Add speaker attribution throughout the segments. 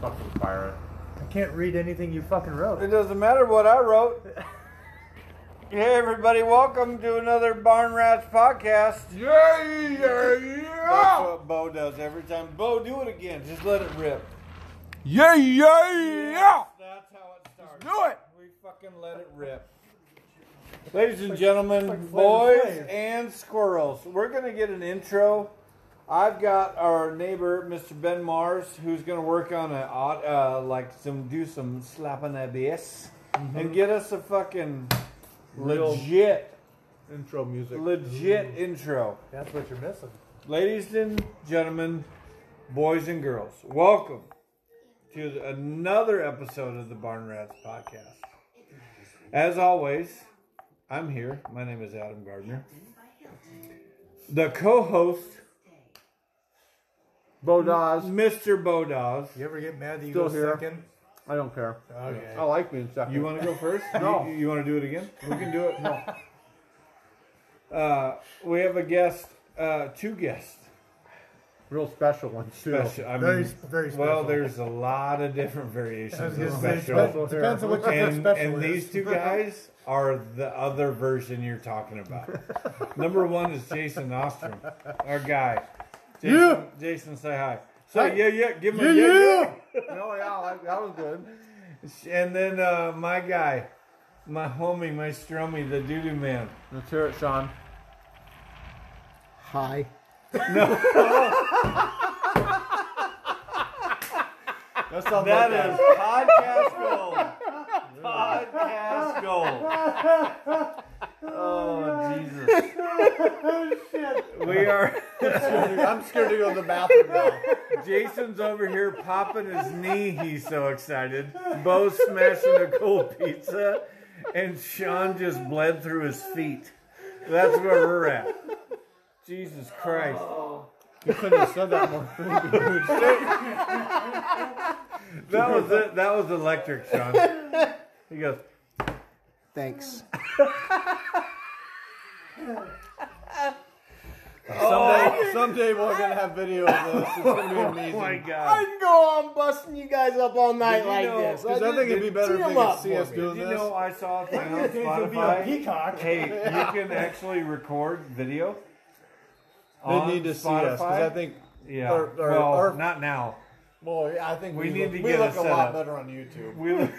Speaker 1: fucking fire it.
Speaker 2: I can't read anything you fucking
Speaker 3: It
Speaker 2: wrote.
Speaker 3: doesn't matter what I wrote. Hey, everybody, welcome to another Barn Rats podcast.
Speaker 1: Yeah, yeah,
Speaker 3: That's what Bo does every time. Bo, do it again. Just let it rip.
Speaker 1: Yeah, yeah,
Speaker 3: That's how it starts.
Speaker 1: Do it.
Speaker 3: We fucking let it rip. Ladies and gentlemen,
Speaker 2: like Flavor
Speaker 3: boys
Speaker 2: Flav.
Speaker 3: and squirrels, we're going to get an intro. I've got our neighbor, Mr. Ben Mars, who's going to work on a odd, uh, like some do some slapping the bass and get us a fucking
Speaker 1: Real-
Speaker 3: legit,
Speaker 1: Intro music.
Speaker 3: legit intro.
Speaker 2: That's what you're missing.
Speaker 3: Ladies and gentlemen, boys and girls, welcome to another episode of the Barn Rats Podcast. As always, I'm here. My name is Adam Gardner. The co host,
Speaker 1: Bodaz.
Speaker 3: Mr. Bodas.
Speaker 2: You ever get mad that you
Speaker 1: Still
Speaker 2: go
Speaker 1: here.
Speaker 2: second?
Speaker 1: I don't care.
Speaker 2: Okay.
Speaker 1: I like being second.
Speaker 3: You want to go first?
Speaker 1: No.
Speaker 3: You, want to do it again? We can do it. No. Uh, we have a guest, uh, two guests.
Speaker 1: real special ones too.
Speaker 3: Special. I
Speaker 2: Very-
Speaker 3: mean,
Speaker 2: very
Speaker 3: Well,
Speaker 2: special.
Speaker 3: there's a lot of different variations.
Speaker 2: I was
Speaker 3: of
Speaker 2: gonna say,
Speaker 3: special.
Speaker 2: it depends- depends on what you think
Speaker 3: and,
Speaker 2: special
Speaker 3: and
Speaker 2: is.
Speaker 3: these two guys are the other version you're talking about. Number one is Jason Ostrom, our guy. Jason,
Speaker 2: Yeah.
Speaker 3: Jason, say hi. Say
Speaker 1: Hi.
Speaker 3: yeah, yeah. Give him
Speaker 2: Yeah,
Speaker 3: a yeah,
Speaker 2: yeah.
Speaker 1: No, Oh, yeah, like, that was good.
Speaker 3: yeah. And then uh, my guy, my homie, my strummy, the doo doo man.
Speaker 1: Let's hear it, Sean.
Speaker 4: Hi.
Speaker 1: That sounds
Speaker 3: That
Speaker 1: like
Speaker 3: is podcast gold. Podcast gold. Oh Jesus. We are.
Speaker 1: I'm scared to go to the bathroom now.
Speaker 3: Jason's over here popping his knee. He's so excited. Bo's smashing a cold pizza, and Sean just bled through his feet. That's where we're at. Jesus Christ.
Speaker 1: You couldn't have said that more.
Speaker 3: That was it. That was electric, Sean. He goes.
Speaker 4: Thanks.
Speaker 1: Someday, someday we're gonna have video of this. It's gonna be
Speaker 3: Oh
Speaker 1: amazing.
Speaker 3: my God.
Speaker 4: I can go on busting you guys up all night
Speaker 3: you
Speaker 4: like
Speaker 3: know-
Speaker 4: this.
Speaker 3: Because
Speaker 1: I think it'd be better if
Speaker 4: Tee
Speaker 1: they
Speaker 4: 'em
Speaker 1: could
Speaker 4: up
Speaker 1: see
Speaker 4: for
Speaker 1: us
Speaker 4: me.
Speaker 1: doing
Speaker 3: Did you
Speaker 1: this.
Speaker 3: know I saw a thing on
Speaker 2: These days will be a
Speaker 3: Spotify?
Speaker 2: peacock.
Speaker 3: Hey, you can actually record video.
Speaker 1: they
Speaker 3: on
Speaker 1: need to see us because I
Speaker 3: Spotify.
Speaker 1: think.
Speaker 3: Yeah.
Speaker 1: our- our-
Speaker 3: well,
Speaker 1: our-
Speaker 3: not now.
Speaker 1: Well, yeah, I think
Speaker 3: We
Speaker 1: we,
Speaker 3: need
Speaker 1: look,
Speaker 3: to
Speaker 1: we
Speaker 3: get
Speaker 1: look a
Speaker 3: it set
Speaker 1: lot
Speaker 3: up.
Speaker 1: better on YouTube.
Speaker 3: We look,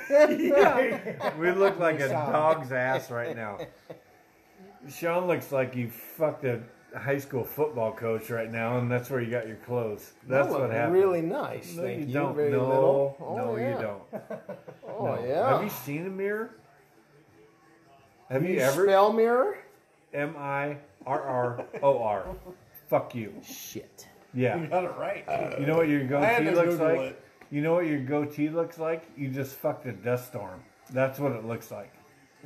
Speaker 3: we look like a dog's ass right now. Sean looks like you fucked a high school football coach right now, and that's where you got your clothes. That's
Speaker 4: I look
Speaker 3: what happened.
Speaker 4: Really nice.
Speaker 3: no,
Speaker 4: Thank you.
Speaker 3: don't.
Speaker 4: Very
Speaker 3: no,
Speaker 4: little. Oh,
Speaker 3: no,
Speaker 4: yeah.
Speaker 3: you don't.
Speaker 4: Oh
Speaker 3: Have
Speaker 4: yeah.
Speaker 3: you seen a mirror? Have you,
Speaker 4: You
Speaker 3: ever?
Speaker 4: spell mirror?
Speaker 3: M I R R O R. Fuck you.
Speaker 4: Shit.
Speaker 3: Yeah.
Speaker 2: Got it right.
Speaker 3: You know what your
Speaker 2: had
Speaker 3: goatee
Speaker 2: to
Speaker 3: looks
Speaker 2: Google
Speaker 3: like?
Speaker 2: it.
Speaker 3: You know what your goatee looks like? You just fucked a dust storm. That's what it looks like.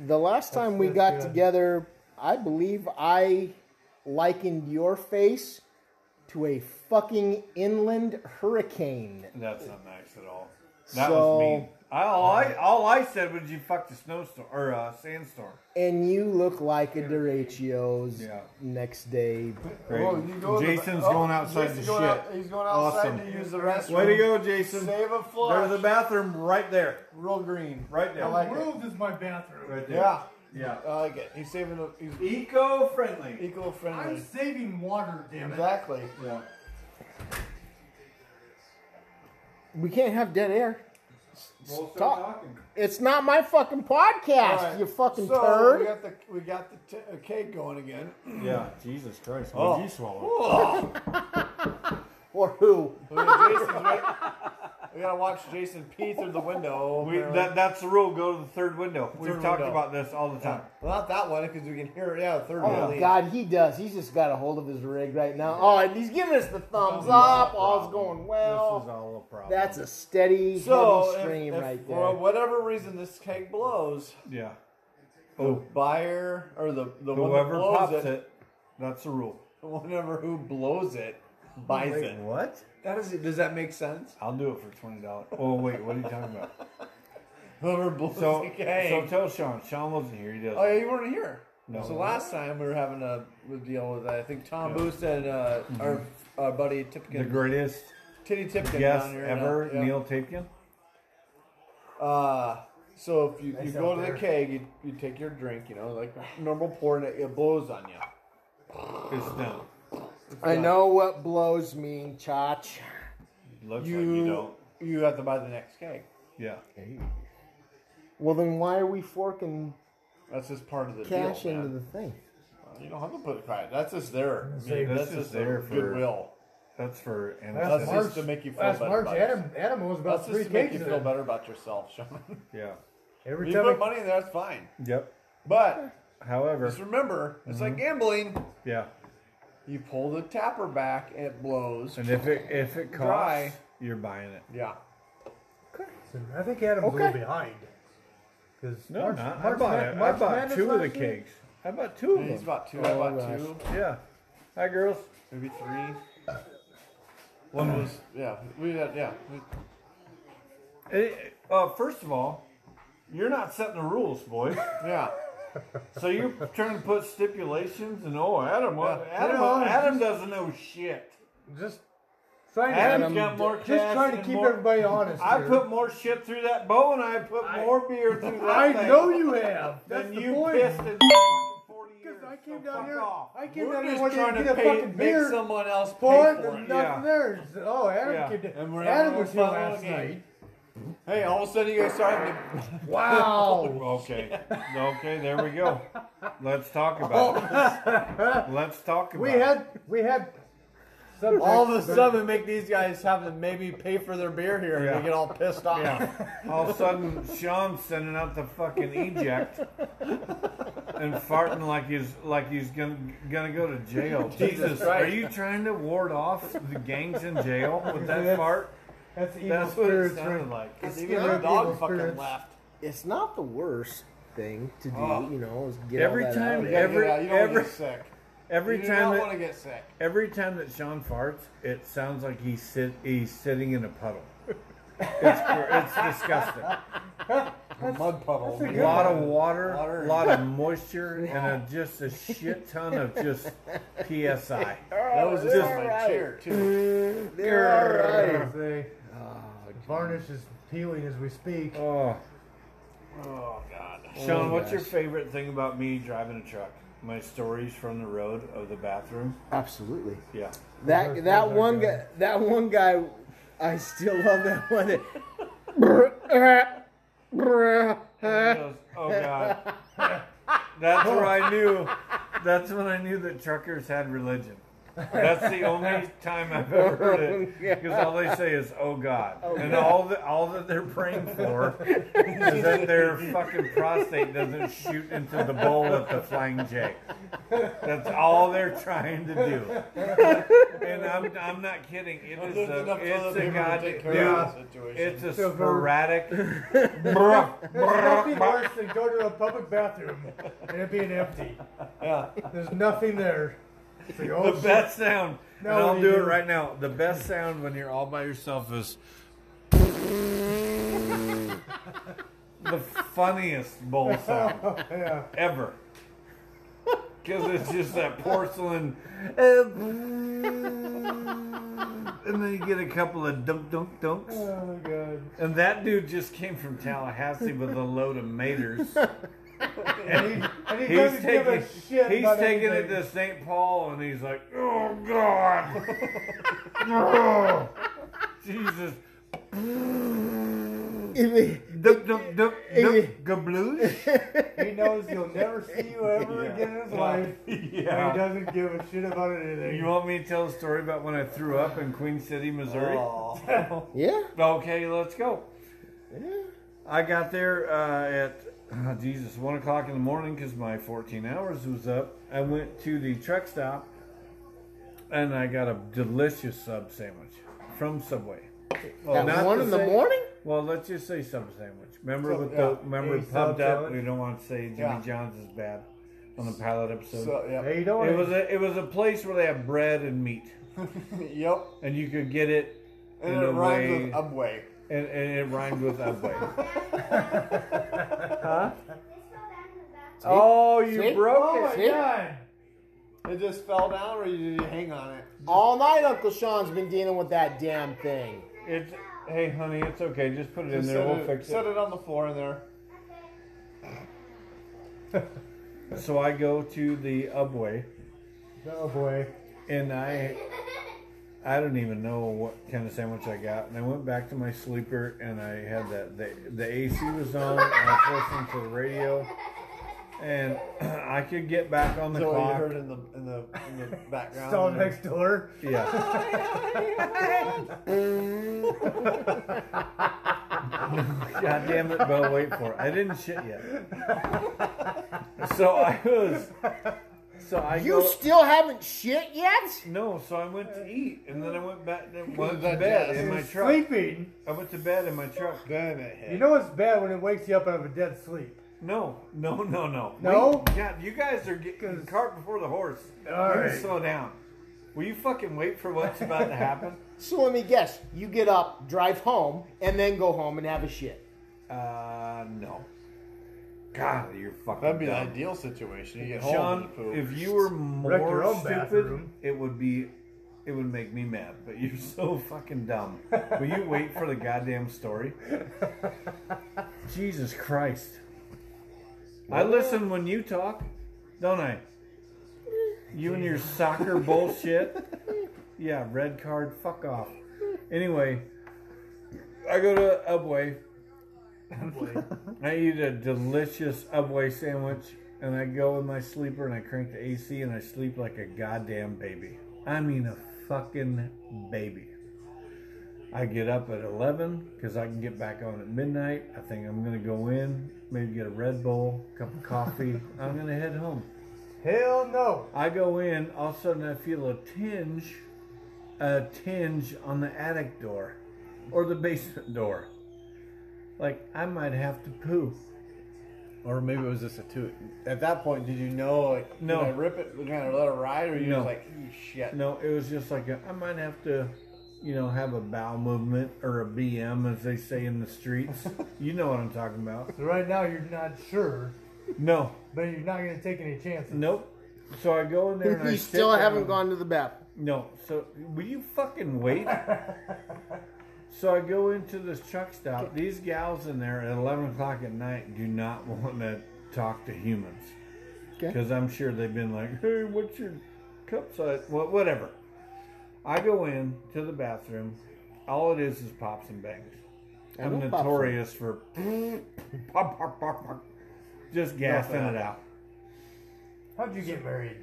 Speaker 4: The last time we
Speaker 2: that's
Speaker 4: got
Speaker 2: good.
Speaker 4: together, I believe I likened your face to a fucking inland hurricane.
Speaker 3: That's not nice at all. That
Speaker 4: So-
Speaker 3: was mean. I, all, I, all I said was you fucked a snowstorm or a sandstorm.
Speaker 4: And you look like a derecho's
Speaker 3: Yeah.
Speaker 4: next day.
Speaker 3: Great.
Speaker 1: Well, you go to the-
Speaker 3: Jason's
Speaker 1: oh,
Speaker 3: going outside
Speaker 1: Jason's
Speaker 3: to
Speaker 1: going
Speaker 3: shit.
Speaker 1: out- he's going outside
Speaker 3: Awesome.
Speaker 1: to use the restroom.
Speaker 3: Way to go, Jason.
Speaker 1: Save a flush.
Speaker 3: There's a bathroom right there.
Speaker 1: Real green.
Speaker 3: Right there.
Speaker 1: I like it.
Speaker 2: World is my bathroom.
Speaker 3: Right there.
Speaker 1: Yeah,
Speaker 3: Yeah.
Speaker 1: I like it. He's saving. A, he's
Speaker 3: Eco friendly.
Speaker 2: I'm
Speaker 1: eco-friendly.
Speaker 2: saving water, damn it.
Speaker 1: Exactly.
Speaker 3: Yeah.
Speaker 4: We can't have dead air.
Speaker 3: Well, start
Speaker 4: Talk.
Speaker 3: talking.
Speaker 4: It's not my fucking podcast,
Speaker 1: All right,
Speaker 4: you fucking
Speaker 1: so
Speaker 4: turd.
Speaker 1: We got the we got the t- uh, cake going again.
Speaker 3: Yeah. Jesus Christ.
Speaker 1: Oh.
Speaker 3: What'd you swallow?
Speaker 4: Or who?
Speaker 1: We got Jason's right- we gotta watch Jason pee through the window.
Speaker 3: Oh, We, that, that's the rule. Go to the third window. We've
Speaker 1: Third
Speaker 3: talked
Speaker 1: window.
Speaker 3: about this all the time.
Speaker 1: well, not that one because we can hear it. Yeah, the third
Speaker 4: Oh
Speaker 1: one.
Speaker 4: God, he does. He's just got a hold of his rig right now. Oh, and he's giving us the thumbs up. All's going
Speaker 3: this is
Speaker 4: well.
Speaker 3: all a problem.
Speaker 4: That's a steady,
Speaker 1: So,
Speaker 4: heavy
Speaker 1: if,
Speaker 4: stream
Speaker 1: if
Speaker 4: right there.
Speaker 1: for whatever reason this cake blows,
Speaker 3: yeah.
Speaker 1: the
Speaker 3: Oh,
Speaker 1: buyer or the, the one that
Speaker 3: whoever
Speaker 1: blows
Speaker 3: pops it,
Speaker 1: it,
Speaker 3: that's the rule.
Speaker 1: whatever who blows it, buys it.
Speaker 3: what?
Speaker 1: That is, does that make sense?
Speaker 3: I'll do it for twenty dollars. Oh wait, what are you talking about?
Speaker 1: Whoever blows
Speaker 3: So,
Speaker 1: the
Speaker 3: so
Speaker 1: cake.
Speaker 3: tell Sean. Sean wasn't here. He does.
Speaker 1: oh yeah, you weren't here.
Speaker 3: No.
Speaker 1: So last time we were having a, a deal with I think Tom Boost and uh, our our buddy Tipkin.
Speaker 3: Mm-hmm. the greatest
Speaker 1: Titty Tipkin
Speaker 3: guest
Speaker 1: down here. and, uh,
Speaker 3: ever,
Speaker 1: yeah.
Speaker 3: Neil Tapkin?
Speaker 1: Uh, so if you, you
Speaker 2: Nice
Speaker 1: go
Speaker 2: out
Speaker 1: to the
Speaker 2: there.
Speaker 1: keg, you, you take your drink, you know, like normal pour, and it, it blows on you.
Speaker 3: It's done.
Speaker 4: I know what blows mean, Chach.
Speaker 3: Looks
Speaker 1: You,
Speaker 3: like you don't.
Speaker 1: you have to buy the next keg.
Speaker 3: Yeah.
Speaker 4: Well, then why are we forking
Speaker 1: That's just part of the
Speaker 4: cash
Speaker 1: deal,
Speaker 4: into
Speaker 1: man.
Speaker 4: the thing?
Speaker 1: You don't have to put it back. That's just there. I mean,
Speaker 2: Save-
Speaker 1: that's,
Speaker 3: that's
Speaker 1: just,
Speaker 3: just there
Speaker 1: a
Speaker 3: for-
Speaker 1: goodwill.
Speaker 3: That's for
Speaker 2: Last
Speaker 1: That's
Speaker 3: anesthetic.
Speaker 2: March,
Speaker 1: just to make you feel
Speaker 2: last
Speaker 1: better
Speaker 2: March,
Speaker 1: about
Speaker 2: Adam, Adam owes about
Speaker 1: That's
Speaker 2: three
Speaker 1: just to make
Speaker 2: cases.
Speaker 1: you feel better about yourself, Sean.
Speaker 3: Yeah.
Speaker 2: Every
Speaker 1: you
Speaker 2: time
Speaker 1: put
Speaker 2: I,
Speaker 1: money in there, that's fine.
Speaker 3: Yep.
Speaker 1: But
Speaker 3: However,
Speaker 1: just remember, it's like gambling.
Speaker 3: yeah.
Speaker 1: You pull the tapper back, and it blows.
Speaker 3: And if it if it costs,
Speaker 1: Dry.
Speaker 3: you're buying it.
Speaker 1: Yeah.
Speaker 2: I think Adam's a
Speaker 4: Okay.
Speaker 2: little behind. Because
Speaker 3: No,
Speaker 2: March,
Speaker 3: not.
Speaker 2: March,
Speaker 3: I bought
Speaker 2: Ma-
Speaker 3: it.
Speaker 2: March
Speaker 3: I bought
Speaker 2: Madness
Speaker 3: two of the
Speaker 2: last year?
Speaker 3: cakes. I bought two of
Speaker 1: He's
Speaker 3: them.
Speaker 1: about two. I bought
Speaker 4: gosh.
Speaker 1: two,
Speaker 3: Yeah. Hi, girls.
Speaker 1: maybe three. One was yeah. We had yeah. we-
Speaker 3: Hey, uh, first of all, you're not setting the rules, boy.
Speaker 1: Yeah.
Speaker 3: so you're trying to put stipulations and oh, Adam, well,
Speaker 1: Yeah.
Speaker 3: Adam,
Speaker 2: Yeah.
Speaker 3: Adam doesn't know shit.
Speaker 2: Just trying
Speaker 3: Adam's
Speaker 2: to,
Speaker 3: got more.
Speaker 2: just
Speaker 3: class
Speaker 2: trying to
Speaker 3: and
Speaker 2: keep
Speaker 3: more-
Speaker 2: everybody honest.
Speaker 3: I
Speaker 2: here.
Speaker 3: put more shit through that bow, and I put
Speaker 2: I-
Speaker 3: more beer through that.
Speaker 2: I
Speaker 3: thing
Speaker 2: know you have. That's
Speaker 3: Than
Speaker 2: the
Speaker 3: you
Speaker 2: point.
Speaker 3: pissed in fucking forty years.
Speaker 2: Because I
Speaker 3: so
Speaker 2: came down
Speaker 3: fuck
Speaker 2: here.
Speaker 3: off.
Speaker 2: I came
Speaker 1: We're
Speaker 2: down here
Speaker 1: just
Speaker 2: one day
Speaker 1: trying
Speaker 2: to
Speaker 1: to
Speaker 2: get a
Speaker 1: pay,
Speaker 2: fucking
Speaker 1: make
Speaker 2: beer
Speaker 1: someone else pay
Speaker 2: for it.
Speaker 1: for
Speaker 2: There's
Speaker 1: it.
Speaker 2: nothing
Speaker 3: Yeah.
Speaker 2: there. Oh, Adam
Speaker 3: Yeah.
Speaker 2: came down.
Speaker 1: And we're having
Speaker 2: Adam
Speaker 1: a
Speaker 2: was
Speaker 1: fun
Speaker 2: here
Speaker 1: little
Speaker 2: last
Speaker 1: game.
Speaker 2: night.
Speaker 1: Hey, all of a sudden you guys started. to-
Speaker 2: Wow.
Speaker 3: Oh, Okay. okay, there we go. Let's talk about it. Let's talk about
Speaker 2: Oh. we
Speaker 3: it.
Speaker 2: had we had subjects,
Speaker 1: All of a
Speaker 2: but-
Speaker 1: sudden, make these guys have to maybe pay for their beer here, and
Speaker 3: Yeah.
Speaker 1: they get all pissed off.
Speaker 3: Yeah. All of a sudden, Sean's sending out the fucking eject and farting like he's like he's gonna gonna go to jail. Jesus, are
Speaker 1: Christ.
Speaker 3: you trying to ward off the gangs in jail with that fart?
Speaker 2: That's evil
Speaker 3: That's what it
Speaker 2: spirits.
Speaker 3: sounded
Speaker 2: right?
Speaker 3: like.
Speaker 1: Because
Speaker 4: It's
Speaker 1: even
Speaker 4: not
Speaker 1: the
Speaker 2: evil
Speaker 1: dog fucking
Speaker 2: spirits.
Speaker 1: laughed.
Speaker 4: It's not the worst thing to do,
Speaker 1: Oh.
Speaker 4: you know, is get
Speaker 3: Every
Speaker 4: all that
Speaker 3: time
Speaker 4: out of
Speaker 1: You
Speaker 4: there.
Speaker 1: gotta
Speaker 3: Every-
Speaker 1: get out. You don't want to
Speaker 3: every-
Speaker 1: get sick.
Speaker 3: Every
Speaker 1: you do
Speaker 3: time
Speaker 1: not
Speaker 3: that,
Speaker 1: want to get sick.
Speaker 3: every time that Sean farts, it sounds like he's sit he's sitting in a puddle. It's, gr- it's disgusting.
Speaker 1: A mud puddle.
Speaker 2: that's a
Speaker 3: A
Speaker 2: good
Speaker 3: lot
Speaker 2: one.
Speaker 3: of water,
Speaker 1: Water.
Speaker 3: a lot of moisture, and a, just a shit ton of just psi.
Speaker 1: That was just
Speaker 4: They're
Speaker 1: my
Speaker 4: right.
Speaker 1: cheer too.
Speaker 4: They're all right.
Speaker 2: They- varnish is peeling as we speak.
Speaker 3: Oh,
Speaker 1: Oh God.
Speaker 3: Sean, what's your
Speaker 4: gosh.
Speaker 3: favorite thing about me driving a truck? My stories from the road of the bathroom.
Speaker 4: Absolutely.
Speaker 3: Yeah,
Speaker 2: Those
Speaker 4: That
Speaker 2: are-
Speaker 4: that
Speaker 2: those are
Speaker 4: one
Speaker 2: good.
Speaker 4: guy that one guy I still love that one. that-
Speaker 3: And he goes, oh God, that's where I knew. That's when I knew that truckers had religion. That's the only time I've ever heard it because all they say is "Oh God," and all that all that they're praying for is that their fucking prostate doesn't shoot into the bowl at the Flying J. That's all they're trying to do, and I'm I'm not kidding. It is
Speaker 1: There's
Speaker 3: a
Speaker 1: enough
Speaker 3: it's
Speaker 1: other
Speaker 3: a
Speaker 1: people to
Speaker 3: god
Speaker 1: take
Speaker 3: dude.
Speaker 1: care of the
Speaker 3: It's
Speaker 1: situation.
Speaker 3: a
Speaker 2: So for-
Speaker 3: sporadic.
Speaker 2: There's nothing worse than going to a public bathroom and it being empty.
Speaker 1: Yeah.
Speaker 2: There's nothing there. It's like, oh,
Speaker 3: the
Speaker 2: shit.
Speaker 3: best sound.
Speaker 2: No,
Speaker 3: and I'll
Speaker 2: you
Speaker 3: do it
Speaker 2: do.
Speaker 3: right now. The best sound when you're all by yourself is the funniest bowl sound
Speaker 2: Oh, Yeah.
Speaker 3: ever. Because it's just that porcelain. And then you get a couple of dunk, dunk, dunks.
Speaker 2: Oh god.
Speaker 3: And that dude just came from Tallahassee with a load of maters.
Speaker 2: And he, and he
Speaker 3: He's
Speaker 2: doesn't give
Speaker 3: taking,
Speaker 2: a shit
Speaker 3: he's
Speaker 2: about
Speaker 3: taking it
Speaker 2: anything.
Speaker 3: to St. Paul, and he's like, "Oh God, Jesus,
Speaker 4: If it-
Speaker 3: duck, duck, duck, duck, gabloosh."
Speaker 2: He knows he'll never see you ever
Speaker 3: Yeah.
Speaker 2: again in his life. And he
Speaker 3: Yeah.
Speaker 2: doesn't give a shit about anything.
Speaker 3: You want me to tell a story about when I threw up in Queen City, Missouri?
Speaker 1: Oh.
Speaker 4: yeah.
Speaker 3: Okay, let's go. I got there uh, at oh, Jesus one o'clock in the morning because my 14 hours was up. I went to the truck stop and I got a delicious sub sandwich from Subway.
Speaker 4: At
Speaker 3: Oh, not
Speaker 4: one
Speaker 3: the
Speaker 4: in the
Speaker 3: same-
Speaker 4: morning?
Speaker 3: Well, let's just say sub sandwich. Remember
Speaker 1: Sub-
Speaker 3: with
Speaker 1: yeah.
Speaker 3: the remember
Speaker 2: A
Speaker 3: pumped
Speaker 2: sub
Speaker 3: up.
Speaker 2: sandwich.
Speaker 3: We don't want to say Jimmy
Speaker 1: Yeah.
Speaker 3: John's is bad on the pilot episode.
Speaker 1: So yeah.
Speaker 2: Hey, don't
Speaker 3: it was a it was a place where they had bread and meat,
Speaker 1: Yep.
Speaker 3: and you could get it
Speaker 1: And
Speaker 3: in
Speaker 1: it
Speaker 3: a
Speaker 1: rhymes
Speaker 3: way,
Speaker 1: with Ubway.
Speaker 3: and, and it rhymed with Ubway.
Speaker 5: Let's go down to the bathroom.
Speaker 3: Oh, you
Speaker 4: See?
Speaker 3: broke
Speaker 2: Oh my
Speaker 3: it.
Speaker 4: See?
Speaker 2: god.
Speaker 1: It It just fell down, or you, you hang on it.
Speaker 4: All night, Uncle Sean's been dealing with that damn thing.
Speaker 3: It's hey, honey, it's okay. Just put it in
Speaker 1: Just
Speaker 3: there.
Speaker 1: set
Speaker 3: We'll
Speaker 1: it,
Speaker 3: fix
Speaker 1: set
Speaker 3: it.
Speaker 1: it on the floor in there.
Speaker 3: So I go to the Ubway,
Speaker 2: Oh boy.
Speaker 3: and I I don't even know what kind of sandwich I got. And I went back to my sleeper, and I had that the the AC was on. And I was listening to the radio, and I could get back on the
Speaker 1: So what you
Speaker 3: clock.
Speaker 1: heard in the in the in the background.
Speaker 2: Stall next door.
Speaker 3: Yeah. God damn it, Bo, wait for it. I didn't shit yet. So I was so I
Speaker 4: You
Speaker 3: go,
Speaker 4: still haven't shit yet?
Speaker 3: No, so I went to eat and then I went back and went to
Speaker 1: That
Speaker 3: bed
Speaker 1: jazz.
Speaker 3: in my
Speaker 2: You're
Speaker 3: truck.
Speaker 2: Sleeping.
Speaker 3: I went to bed in my truck.
Speaker 1: Then it hit.
Speaker 2: You know it's bad when it wakes you up out of a dead sleep.
Speaker 3: No, no, no, no.
Speaker 2: No?
Speaker 3: Wait, God, you guys are getting the cart before the horse.
Speaker 2: All
Speaker 3: you
Speaker 2: right.
Speaker 3: slow down. Will you fucking wait for what's about to happen?
Speaker 4: So let me guess. You get up, drive home, and then go home and have a shit.
Speaker 3: Uh, no. God, you're fucking.
Speaker 1: That'd be the
Speaker 3: dumb.
Speaker 1: ideal situation. You get home.
Speaker 3: Sean,
Speaker 1: and poop.
Speaker 3: if you were
Speaker 2: Wreck your
Speaker 3: more
Speaker 2: own
Speaker 3: stupid,
Speaker 2: bathroom.
Speaker 3: it would be, it would make me mad. But you're so fucking dumb. Will you wait for the goddamn story? Jesus Christ! I listen when you talk, don't I? You and your soccer bullshit. Yeah, red card. Fuck off. Anyway, I go to Ubway. I eat a delicious Ubway sandwich, and I go in my sleeper and I crank the AC and I sleep like a goddamn baby. I mean a fucking baby. I get up at 11 because I can get back on at midnight. I think I'm gonna go in, maybe get a Red Bull, cup of coffee. I'm gonna head home.
Speaker 2: Hell no.
Speaker 3: I go in, all of a sudden I feel a tinge, a tinge on the attic door or the basement door. Like I might have to poo.
Speaker 1: Or maybe it was just a toot. At that point, did you know, like,
Speaker 3: No.
Speaker 1: did I rip it, kind of let it ride, or you
Speaker 3: No.
Speaker 1: just like, "Ew, shit.
Speaker 3: No, it was just like a, I might have to, you know, have a bowel movement or a BM as they say in the streets. you know what I'm talking about.
Speaker 2: So right now you're not sure,
Speaker 3: No,
Speaker 2: but you're not gonna take any chances.
Speaker 3: nope. So I go in there and I
Speaker 4: You
Speaker 3: sit
Speaker 4: still haven't
Speaker 3: down.
Speaker 4: gone to the bathroom.
Speaker 3: No, so will you fucking wait? so I go into this truck stop. These gals in there at 11 o'clock at night do not want to talk to humans.
Speaker 4: Okay.
Speaker 3: Because I'm sure they've been like, hey, what's your cup size? Well, whatever. I go in to the bathroom. All it is is pops and bangs.
Speaker 4: I
Speaker 3: I'm
Speaker 4: know pops and-
Speaker 3: notorious for pop, pop, pop, pop. just gassing it out.
Speaker 2: How'd you get married?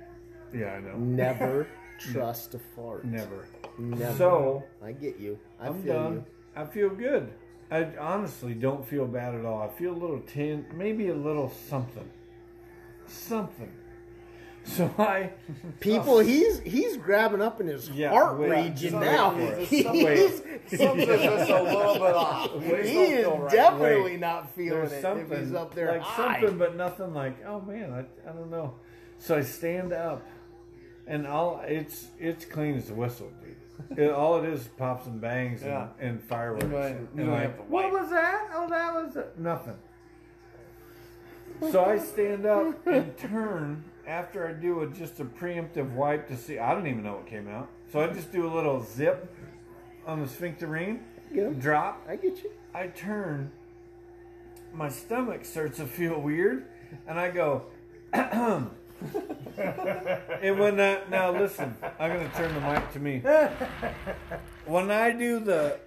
Speaker 3: Yeah, I know.
Speaker 4: Never trust a fart.
Speaker 3: Never.
Speaker 4: Never.
Speaker 3: So.
Speaker 4: I get you. I
Speaker 3: I'm
Speaker 4: feel
Speaker 3: done.
Speaker 4: you.
Speaker 3: I feel good. I honestly don't feel bad at all. I feel a little tin, maybe a little something, something. So I,
Speaker 4: People, he's he's grabbing up in his
Speaker 3: Yeah,
Speaker 4: heart
Speaker 3: wait,
Speaker 4: region
Speaker 1: some-
Speaker 4: now.
Speaker 1: wait,
Speaker 4: He's,
Speaker 3: wait.
Speaker 1: Something's just a little bit off.
Speaker 4: he
Speaker 1: Wait, don't
Speaker 4: is
Speaker 1: feel right.
Speaker 4: definitely
Speaker 3: Wait.
Speaker 4: not feeling
Speaker 3: there's
Speaker 4: it.
Speaker 3: something
Speaker 4: if he's up there
Speaker 3: like
Speaker 4: high.
Speaker 3: something, but nothing like. Oh man, I, I don't know. So I stand up, and all it's it's clean as a whistle, dude. It, all it is is pops and bangs and,
Speaker 1: Yeah.
Speaker 3: and fireworks.
Speaker 1: You don't-
Speaker 3: and
Speaker 1: you don't
Speaker 3: like,
Speaker 1: have to
Speaker 3: what
Speaker 1: wipe."
Speaker 3: was that? Oh, that was a-" nothing. So I stand up and turn after I do a, just a preemptive wipe to see. I don't even know what came out. So I just do a little zip on the sphincter ring,
Speaker 4: Yeah.
Speaker 3: drop,
Speaker 4: I get you.
Speaker 3: I turn, my stomach starts to feel weird, and I go, and when I, now listen, I'm gonna turn the mic to me. When I do the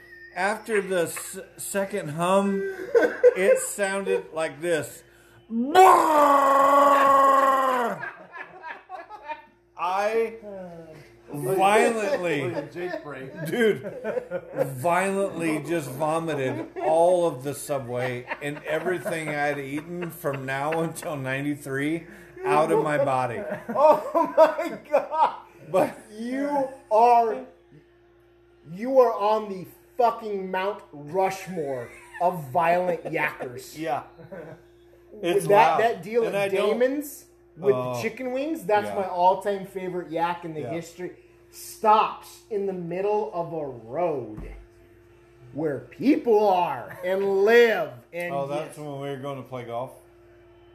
Speaker 3: after the s- second hum, it sounded like this. I violently
Speaker 1: Like a Jake break.
Speaker 3: dude violently just vomited all of the subway and everything i had eaten from now until 93 out of my body
Speaker 4: Oh my god!
Speaker 3: but
Speaker 4: You are you are on the fucking Mount Rushmore of violent yackers.
Speaker 3: yeah
Speaker 4: With
Speaker 3: it's
Speaker 4: that
Speaker 3: loud.
Speaker 4: that deal
Speaker 3: And I
Speaker 4: at
Speaker 3: don't-
Speaker 4: Damon's with
Speaker 3: Oh.
Speaker 4: the chicken wings, that's
Speaker 3: Yeah.
Speaker 4: my all-time favorite yak in the
Speaker 3: Yeah.
Speaker 4: history. Stops in the middle of a road where people are and live and
Speaker 3: oh that's
Speaker 4: get-
Speaker 3: when we were going to play golf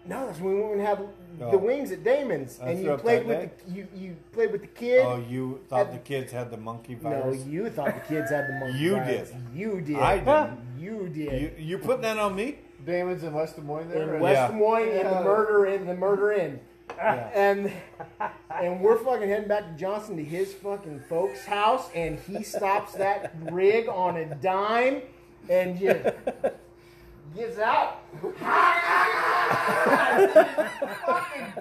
Speaker 4: No, that's when we went and had the
Speaker 3: Oh.
Speaker 4: wings at Damon's,
Speaker 3: That's
Speaker 4: and you
Speaker 3: up
Speaker 4: played
Speaker 3: that
Speaker 4: with the, you you played with the kid.
Speaker 3: Oh, you thought the kids had the monkey
Speaker 4: no,
Speaker 3: virus?
Speaker 4: you thought the kids had the monkey.
Speaker 3: You
Speaker 4: virus.
Speaker 3: did.
Speaker 4: You did.
Speaker 3: I didn't.
Speaker 4: You did.
Speaker 3: you, you put that on me?
Speaker 1: Damon's in West Des Moines there.
Speaker 4: in
Speaker 1: and-
Speaker 4: West Des
Speaker 3: Yeah.
Speaker 4: Moines and the
Speaker 1: Yeah.
Speaker 4: murder in the murder in.
Speaker 3: Yeah.
Speaker 4: And and we're fucking heading back to Johnson to his fucking folks' house, and he stops that rig on a dime and just gets out. fucking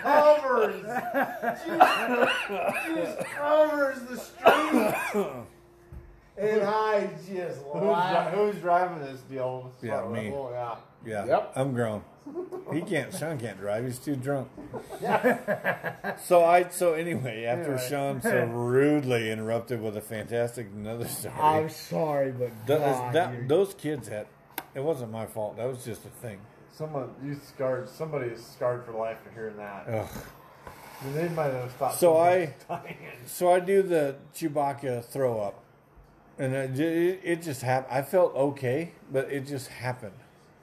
Speaker 4: covers, just, just covers the street, and I just
Speaker 1: Who's, dri-
Speaker 4: laugh.
Speaker 1: who's driving this deal?
Speaker 3: Yeah,
Speaker 1: Fuck,
Speaker 3: me.
Speaker 1: oh, yeah.
Speaker 3: Yeah.
Speaker 4: Yep.
Speaker 3: I'm grown. He can't. Sean can't drive. He's too drunk. so I. So anyway, after
Speaker 1: Anyway.
Speaker 3: Sean so rudely interrupted with a fantastic another story.
Speaker 4: I'm sorry, but
Speaker 3: That-
Speaker 4: God, you're-
Speaker 3: that, those kids had. It wasn't my fault. That was just a thing.
Speaker 1: Someone you scarred. Somebody is scarred for life for hearing that.
Speaker 3: Ugh.
Speaker 1: I mean, they might have thought.
Speaker 3: So
Speaker 1: somebody was dying.
Speaker 3: So I do the Chewbacca throw up, and I, ju- it, it just happened. I felt okay, but it just happened.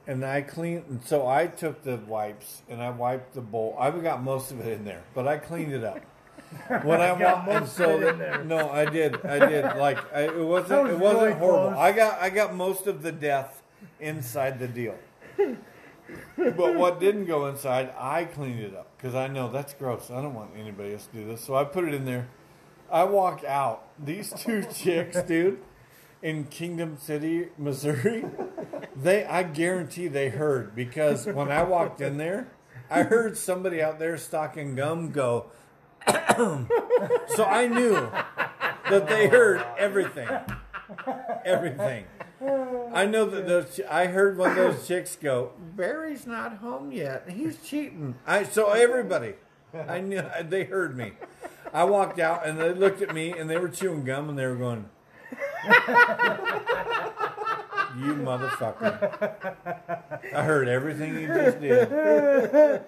Speaker 3: And I cleaned. And so I took the wipes and I wiped the bowl. I got most of it in there, but I cleaned it up. When I
Speaker 2: Got
Speaker 3: wa- and
Speaker 2: most
Speaker 3: so
Speaker 2: of it in there.
Speaker 3: no, I did, I did. Like I, it wasn't,
Speaker 2: was
Speaker 3: it wasn't
Speaker 2: really
Speaker 3: horrible.
Speaker 2: close.
Speaker 3: I got, I got most of the death inside the deal. But what didn't go inside, I cleaned it up because I know that's gross. I don't want anybody else to do this. So I put it in there. I walk out. These two chicks, dude, in Kingdom City, Missouri, they I guarantee they heard because when I walked in there, I heard somebody out there stocking gum go. so I knew that they heard everything. Everything. I know that those. I heard one of those chicks go, "Barry's not home yet. He's cheating." I so everybody, I knew they heard me. I walked out and they looked at me and they were chewing gum and they were going, "You motherfucker!" I heard everything you just did,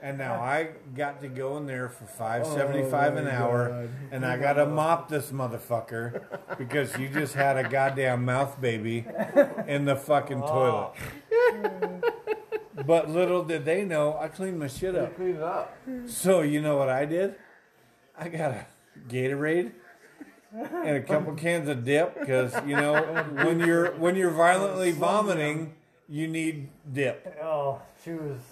Speaker 3: and now I got to go in there for five seventy five an hour, and I got to mop this motherfucker because you just had a goddamn mouth baby in the fucking toilet. But little did they know, I cleaned my shit
Speaker 1: You
Speaker 3: up.
Speaker 1: clean it up.
Speaker 3: So you know what I did? I got a Gatorade and a couple cans of dip because you know when you're when you're
Speaker 1: Oh,
Speaker 3: violently vomiting, you need dip.
Speaker 2: Oh, she was.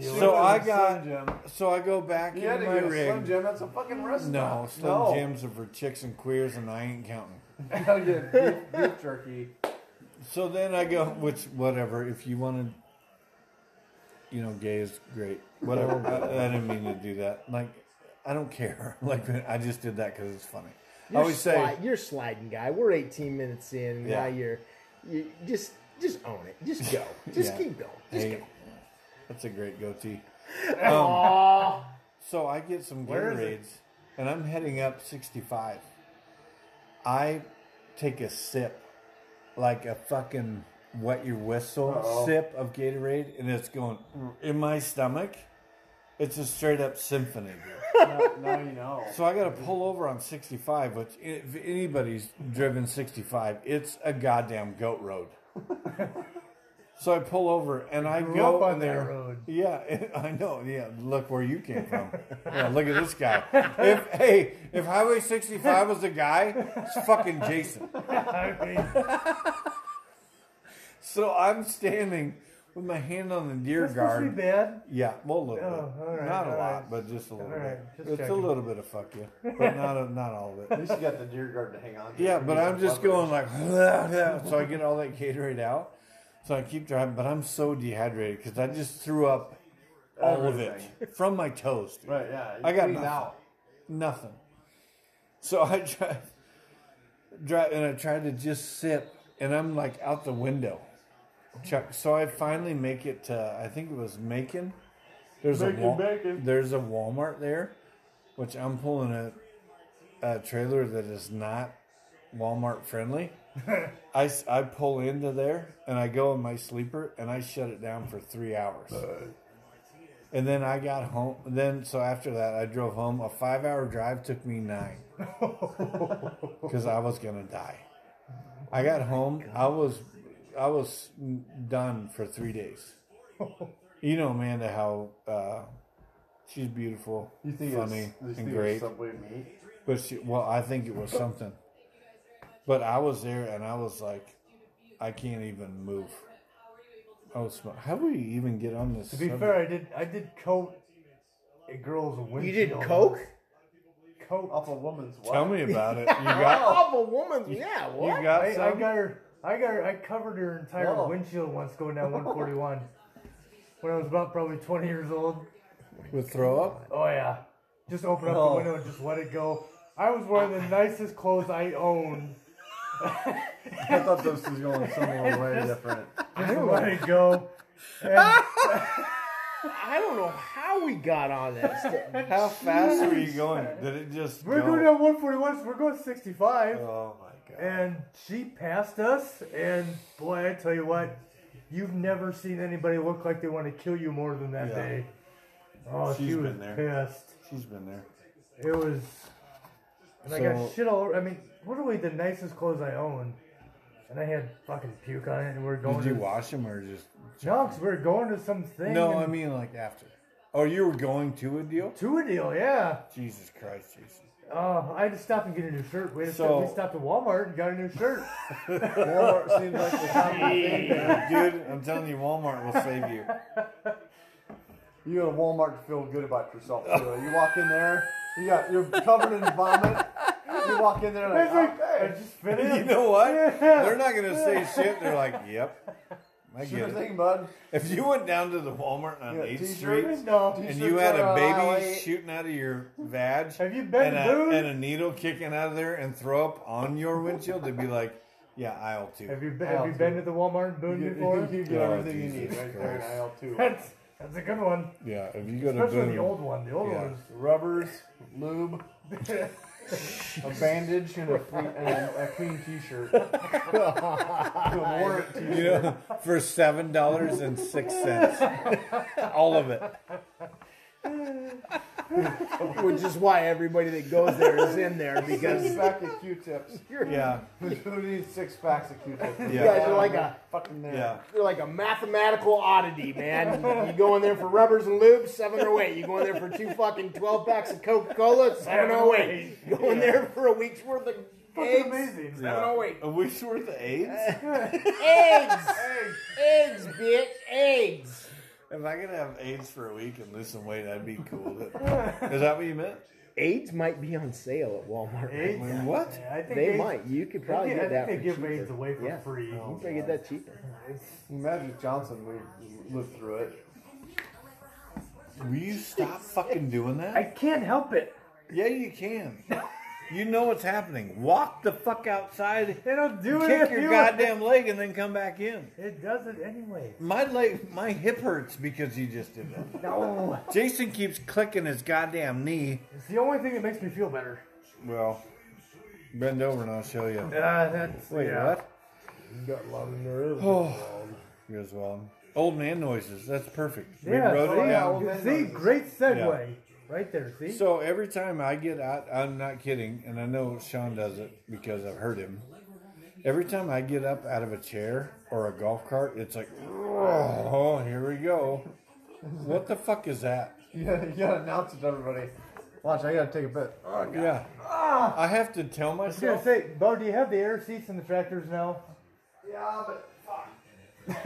Speaker 3: So I got
Speaker 1: Slim Jim.
Speaker 3: so I go back
Speaker 1: You had
Speaker 3: into
Speaker 1: to
Speaker 3: my
Speaker 1: get a Slim
Speaker 3: rig.
Speaker 1: Jim. That's a fucking restaurant.
Speaker 3: No, Slim
Speaker 1: no.
Speaker 3: Jims are for chicks and queers, and I ain't counting.
Speaker 1: You gotta get beef, beef jerky.
Speaker 3: So then I go, which whatever. If you wanted, you know, gay is great. Whatever. I, I didn't mean to do that. Like, I don't care. Like, I just did that because it's funny. I
Speaker 4: You're
Speaker 3: always say,
Speaker 4: sli- you're sliding guy. We're 18 minutes in.
Speaker 3: Yeah.
Speaker 4: Now you're, you just just own it. Just go. Just
Speaker 3: Yeah.
Speaker 4: keep going. Just
Speaker 3: hey,
Speaker 4: go.
Speaker 3: that's a great goatee.
Speaker 4: Aw.
Speaker 3: So I get some
Speaker 1: Where is it?
Speaker 3: Gatorades, and I'm heading up 65. I take a sip, like a fucking wet your whistle
Speaker 1: Uh-oh.
Speaker 3: sip of Gatorade, and it's going in my stomach. It's a straight up symphony. dude.
Speaker 1: Now, now you know.
Speaker 3: So I got to pull over on 65, which if anybody's driven 65, it's a goddamn goat road. so I pull over and I
Speaker 2: grew
Speaker 3: go
Speaker 2: up on
Speaker 3: in
Speaker 2: that
Speaker 3: there.
Speaker 2: road.
Speaker 3: Yeah, I know. Yeah, look where you came from. yeah, look at this guy. If hey, if Highway 65 was a guy, it's fucking Jason.
Speaker 2: I mean,
Speaker 3: So I'm standing with my hand on the deer
Speaker 2: that's supposed to
Speaker 3: guard.
Speaker 2: be bad.
Speaker 3: Yeah, well, a little
Speaker 2: Oh,
Speaker 3: bit.
Speaker 2: all right,
Speaker 3: not a
Speaker 2: all
Speaker 3: lot,
Speaker 2: right.
Speaker 3: but just a little
Speaker 2: All right,
Speaker 3: bit.
Speaker 2: just
Speaker 3: it's
Speaker 2: checking.
Speaker 3: a little bit of fuck you, but not a, not all of it.
Speaker 1: At least you got the deer guard to hang on to.
Speaker 3: Yeah,
Speaker 1: You
Speaker 3: but
Speaker 1: need
Speaker 3: I'm
Speaker 1: some
Speaker 3: just
Speaker 1: leverage.
Speaker 3: going like, so I get all that Gatorade out. So I keep driving, but I'm so dehydrated because I just threw up all of it from my toes. dude.
Speaker 1: Right, yeah. you
Speaker 3: I got
Speaker 1: clean
Speaker 3: nothing.
Speaker 1: out.
Speaker 3: Nothing. So I tried, drive, and I tried to just sip, and I'm like out the window. Chuck. So I finally make it to, I think it was Macon. There's
Speaker 1: Macon,
Speaker 3: a Wal-
Speaker 1: Macon.
Speaker 3: there's a Walmart there, which I'm pulling a, a trailer that is not Walmart friendly. I, s- I pull into there and I go in my sleeper and I shut it down for three hours. And then I got home. Then so after that, I drove home. A five-hour drive took me nine because I was gonna die. I
Speaker 1: Oh
Speaker 3: got home. I was I was done for three days. You know Amanda how uh, she's beautiful,
Speaker 1: You think
Speaker 3: funny,
Speaker 1: it was, you think
Speaker 3: and
Speaker 1: it was
Speaker 3: great.
Speaker 1: Subway meat?
Speaker 3: But she, well, I think it was something. But I was there and I was like, I can't even move. I was sm- how do we even get on this?
Speaker 2: To be
Speaker 3: subject?
Speaker 2: fair, I did I did coat a girl's windshield.
Speaker 4: You did coke
Speaker 2: Coat.
Speaker 1: Off a woman's wife.
Speaker 3: tell me about it. You got,
Speaker 4: off a woman's. Yeah,
Speaker 3: you
Speaker 4: what?
Speaker 3: got
Speaker 2: I, I
Speaker 3: some?
Speaker 2: got her. I got her. I covered her entire
Speaker 1: Whoa.
Speaker 2: windshield once going down 141 when I was about probably 20 years old.
Speaker 3: with throw up.
Speaker 2: Oh yeah, just open up
Speaker 1: Oh.
Speaker 2: the window and just let it go. I was wearing the nicest clothes I owned.
Speaker 1: I thought this was going somewhere way different.
Speaker 2: Just let it go.
Speaker 4: I don't know how we got on this.
Speaker 3: How fast were you going? Did it just?
Speaker 2: We're
Speaker 3: go?
Speaker 2: going down 141. So we're going 65.
Speaker 3: Oh my god!
Speaker 2: And she passed us, and boy, I tell you what, you've never seen anybody look like they want to kill you more than that
Speaker 3: Yeah.
Speaker 2: day. Oh,
Speaker 3: She's
Speaker 2: she was
Speaker 3: been there.
Speaker 2: pissed.
Speaker 3: She's been there.
Speaker 2: It was. And I got
Speaker 3: So-
Speaker 2: shit all over. I mean, literally the nicest clothes I own. And I had fucking puke on it, and we were going
Speaker 3: Did you
Speaker 2: to.
Speaker 3: wash them or just?
Speaker 2: No, 'cause we were going to something.
Speaker 3: No, I mean like after. Oh, you were going to a deal?
Speaker 2: To a deal, yeah.
Speaker 3: Jesus Christ, Jesus!
Speaker 2: Uh, I had to stop and get a new shirt. We, had to
Speaker 3: So-
Speaker 2: stop- we stopped at Walmart and got a new shirt.
Speaker 1: Walmart seems like the common thing.
Speaker 3: Dude, I'm telling you, Walmart will save you.
Speaker 1: You go to Walmart to feel good about yourself. Too. You walk in there, you got you're covered in vomit. You walk in there like,
Speaker 2: It's like,
Speaker 1: okay,
Speaker 2: I just fit
Speaker 3: You
Speaker 2: in.
Speaker 3: know what? They're not gonna say shit. They're like, "Yep, I
Speaker 1: sure
Speaker 3: get it."
Speaker 1: thing, bud.
Speaker 3: If you went down to the Walmart on
Speaker 1: Yeah,
Speaker 3: Eighth
Speaker 1: t-shirt.
Speaker 3: Street
Speaker 2: No.
Speaker 3: and
Speaker 1: t-shirts
Speaker 3: you had a
Speaker 1: are allowed.
Speaker 3: baby shooting out of your vag,
Speaker 2: Have you been
Speaker 3: and
Speaker 2: to
Speaker 3: a,
Speaker 2: Boone?
Speaker 3: and a needle kicking out of there and throw up on your windshield, they'd be like, "Yeah, aisle two.
Speaker 2: Have you been, have you been to the Walmart in Boone
Speaker 1: You,
Speaker 2: before?
Speaker 1: you, you get
Speaker 3: Oh,
Speaker 1: everything you need
Speaker 3: Jesus
Speaker 1: right there in aisle two.
Speaker 2: That's that's a good one,
Speaker 3: Yeah, if you go to
Speaker 2: especially the
Speaker 3: Boone,
Speaker 2: old one. The old
Speaker 3: Yeah.
Speaker 2: one was
Speaker 1: Rubbers, lube, a bandage, and a, free, and a, a clean T-shirt. a warrant T-shirt.
Speaker 3: you know, for seven dollars and six cents, all of it.
Speaker 4: Which is why everybody that goes there is in there
Speaker 1: Six
Speaker 4: because
Speaker 1: pack of Q-tips.
Speaker 4: you're,
Speaker 3: Yeah,
Speaker 1: Who needs six packs of Q-tips?
Speaker 3: Yeah.
Speaker 4: You guys are like a-
Speaker 1: fucking there.
Speaker 3: yeah.
Speaker 4: you're like a mathematical oddity, man. You go in there for rubbers and lubes, seven or eight. You go in there for two fucking twelve packs of Coca Cola, seven oh eight. You go in there for a week's worth of
Speaker 2: fucking
Speaker 4: eggs,
Speaker 2: amazing.
Speaker 4: seven oh eight.
Speaker 3: A week's worth of AIDS?
Speaker 4: Eggs, eggs, bitch, eggs.
Speaker 3: if I could have AIDS for a week and lose some weight, that'd be cool. Is that what you meant?
Speaker 4: AIDS might be on sale at Walmart. right
Speaker 2: AIDS?
Speaker 4: now.
Speaker 3: Wait, what?
Speaker 2: Yeah, I think
Speaker 4: They
Speaker 2: AIDS-
Speaker 4: might. You could
Speaker 2: I
Speaker 4: probably
Speaker 2: think-
Speaker 4: get
Speaker 2: I
Speaker 4: that
Speaker 2: think
Speaker 4: for
Speaker 2: they give
Speaker 4: cheaper.
Speaker 2: AIDS away for
Speaker 4: Yeah.
Speaker 2: free.
Speaker 4: You can probably get that cheaper.
Speaker 1: Magic Johnson, we lived through it.
Speaker 3: Will you stop fucking doing
Speaker 2: I
Speaker 3: that?
Speaker 2: can't help it.
Speaker 3: Yeah, you can. You know what's happening. Walk the fuck outside,
Speaker 2: They don't do it.
Speaker 3: kick
Speaker 2: if
Speaker 3: your
Speaker 2: you-
Speaker 3: goddamn leg, and then come back in.
Speaker 2: It does it anyway.
Speaker 3: My leg, my hip hurts because you just did that.
Speaker 2: No,
Speaker 3: Jason keeps clicking his goddamn knee.
Speaker 2: it's the only thing that makes me feel better.
Speaker 3: Well, bend over and I'll show you.
Speaker 2: Uh, that's
Speaker 3: Wait,
Speaker 2: yeah.
Speaker 3: what?
Speaker 1: You got
Speaker 3: Mm-hmm.
Speaker 1: lavender.
Speaker 3: Goes well. Old man noises. That's perfect. We
Speaker 2: Yeah,
Speaker 3: wrote
Speaker 2: see,
Speaker 3: it
Speaker 1: yeah,
Speaker 3: down.
Speaker 1: old man
Speaker 2: see,
Speaker 1: noises.
Speaker 2: great segue right there. See,
Speaker 3: So every time I get out, I'm not kidding, and I know Sean does it because I've heard him. Every time I get up out of a chair or a golf cart, it's like, oh, here we go. What the fuck is that?
Speaker 1: You gotta, you gotta announce it to everybody. Watch, I gotta take a bit.
Speaker 3: Yeah. I have to tell
Speaker 2: I was gonna
Speaker 3: myself.
Speaker 2: say, Bo, do you have the air seats in the tractors now?
Speaker 1: Yeah, but fuck.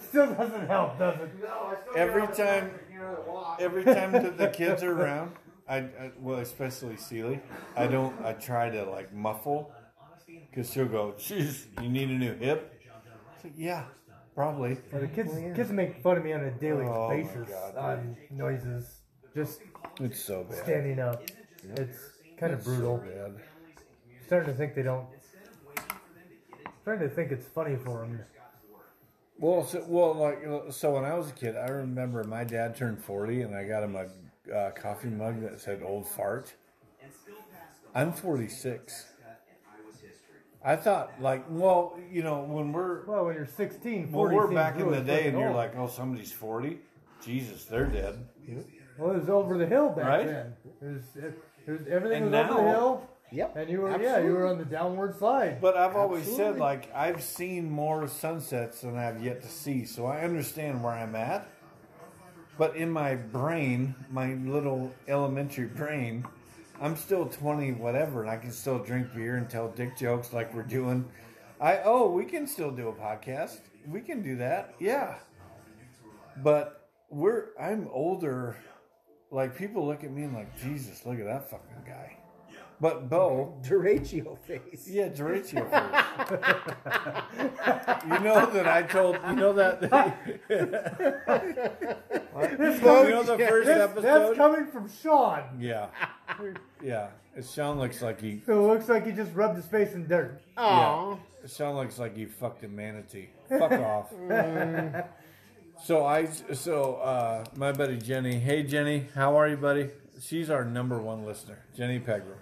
Speaker 2: Still doesn't help, does it?
Speaker 1: No, oh, I still
Speaker 3: Every time-
Speaker 1: Walk.
Speaker 3: Every time that the kids are around, I, I well, especially Seely, I don't. I try to like muffle because she'll go, "Jeez, you need a new hip." It's like, yeah, probably.
Speaker 2: The kids, kids make fun of me on a daily
Speaker 3: Oh my
Speaker 2: basis
Speaker 3: God.
Speaker 2: on noises, just
Speaker 3: It's so bad.
Speaker 2: standing up. It's kind of brutal.
Speaker 3: So bad.
Speaker 2: starting to think they don't. Starting to think it's funny for them.
Speaker 3: Well, so, well, like uh, so when I was a kid, I remember my dad turned forty, and I got him a uh, coffee mug that said "Old Fart." I'm forty six. I thought, like, well, you know, when we're
Speaker 2: Well, when you're 16, 40,
Speaker 3: when we're
Speaker 2: seems
Speaker 3: back in
Speaker 2: really
Speaker 3: the day, and
Speaker 2: fucking
Speaker 3: you're
Speaker 2: old.
Speaker 3: like, oh, somebody's forty. Jesus, they're dead.
Speaker 2: well, it was over the hill back
Speaker 3: Right?
Speaker 2: then. It was, it, it was everything
Speaker 3: And
Speaker 2: was over the
Speaker 3: now-
Speaker 2: hill.
Speaker 4: Yep.
Speaker 2: And you were yeah, you were on the downward slide.
Speaker 3: But I've always said,
Speaker 4: Absolutely.
Speaker 3: like, I've seen more sunsets than I've yet to see, so I understand where I'm at. But in my brain, my little elementary brain, I'm still 20 whatever, and I can still drink beer and tell dick jokes like we're doing. I oh, we can still do a podcast. We can do that. Yeah. But we're I'm older. Like people look at me and like, Jesus, look at that fucking guy. But Bo,
Speaker 4: Derecho face.
Speaker 3: yeah, Doritio first. you know that I told. You know that. you know the first
Speaker 2: That's,
Speaker 3: episode.
Speaker 2: that's coming from Sean.
Speaker 3: yeah, yeah. It sound looks like he.
Speaker 2: So it looks like he just rubbed his face in dirt.
Speaker 4: Aw.
Speaker 3: It sound looks like he fucked a manatee. Fuck off.
Speaker 2: Mm.
Speaker 3: so I. So uh, my buddy Jenny. Hey Jenny, how are you, buddy? She's our number one listener, Jenny Pegler.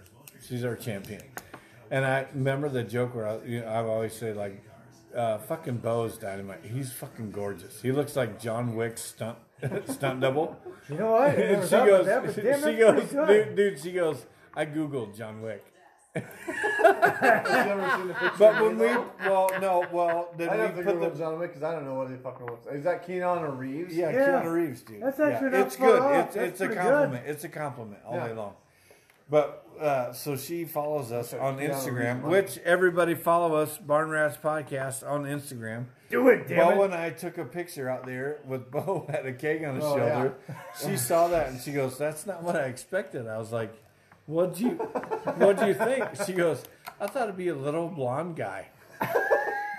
Speaker 3: She's our champion. And I remember the joke where I, you know, I've always said like, uh, "Fucking Bo's dynamite. He's fucking gorgeous. He looks like John Wick's stunt stunt double."
Speaker 2: You know what? I
Speaker 3: And
Speaker 2: never
Speaker 3: she
Speaker 2: thought about that,
Speaker 3: goes,
Speaker 2: but damn,
Speaker 3: she
Speaker 2: that's pretty
Speaker 3: goes,
Speaker 2: good.
Speaker 3: dude, dude, she goes. I googled John Wick. But when we, well, no, well,
Speaker 1: I
Speaker 3: then
Speaker 1: don't
Speaker 3: we
Speaker 1: think
Speaker 3: put
Speaker 1: it
Speaker 3: the
Speaker 1: was John Wick because I don't know what he fucking looks like. Is that Keanu Reeves?
Speaker 3: Yeah,
Speaker 2: Yeah.
Speaker 3: Keanu Reeves, dude.
Speaker 2: That's
Speaker 3: Yeah,
Speaker 2: actually not
Speaker 3: it's
Speaker 2: far
Speaker 3: good.
Speaker 2: off.
Speaker 3: It's
Speaker 2: That's
Speaker 3: it's a
Speaker 2: pretty good.
Speaker 3: compliment. It's a compliment all
Speaker 1: Yeah.
Speaker 3: day long. But uh, so she follows us on
Speaker 1: Keanu
Speaker 3: Instagram,
Speaker 1: Reeves.
Speaker 3: which everybody follow us Barn Rats Podcast on Instagram.
Speaker 2: Do it, damn
Speaker 3: Bo
Speaker 2: it.
Speaker 3: and I took a picture out there with Bo had a keg on his
Speaker 1: Oh,
Speaker 3: shoulder. She saw that and she goes, "That's not what I expected." I was like, "What'd you What'd you think?" She goes, "I thought it'd be a little blonde guy."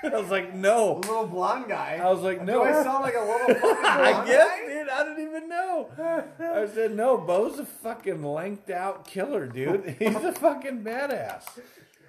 Speaker 3: I was like, "No."
Speaker 1: A little blonde guy.
Speaker 3: I was like,
Speaker 1: Do
Speaker 3: "No."
Speaker 1: I sound like a little fucking
Speaker 3: I
Speaker 1: blonde
Speaker 3: guess,
Speaker 1: guy?
Speaker 3: dude. I didn't even know. I said, no, Bo's a fucking lanked out killer, dude. He's a fucking badass.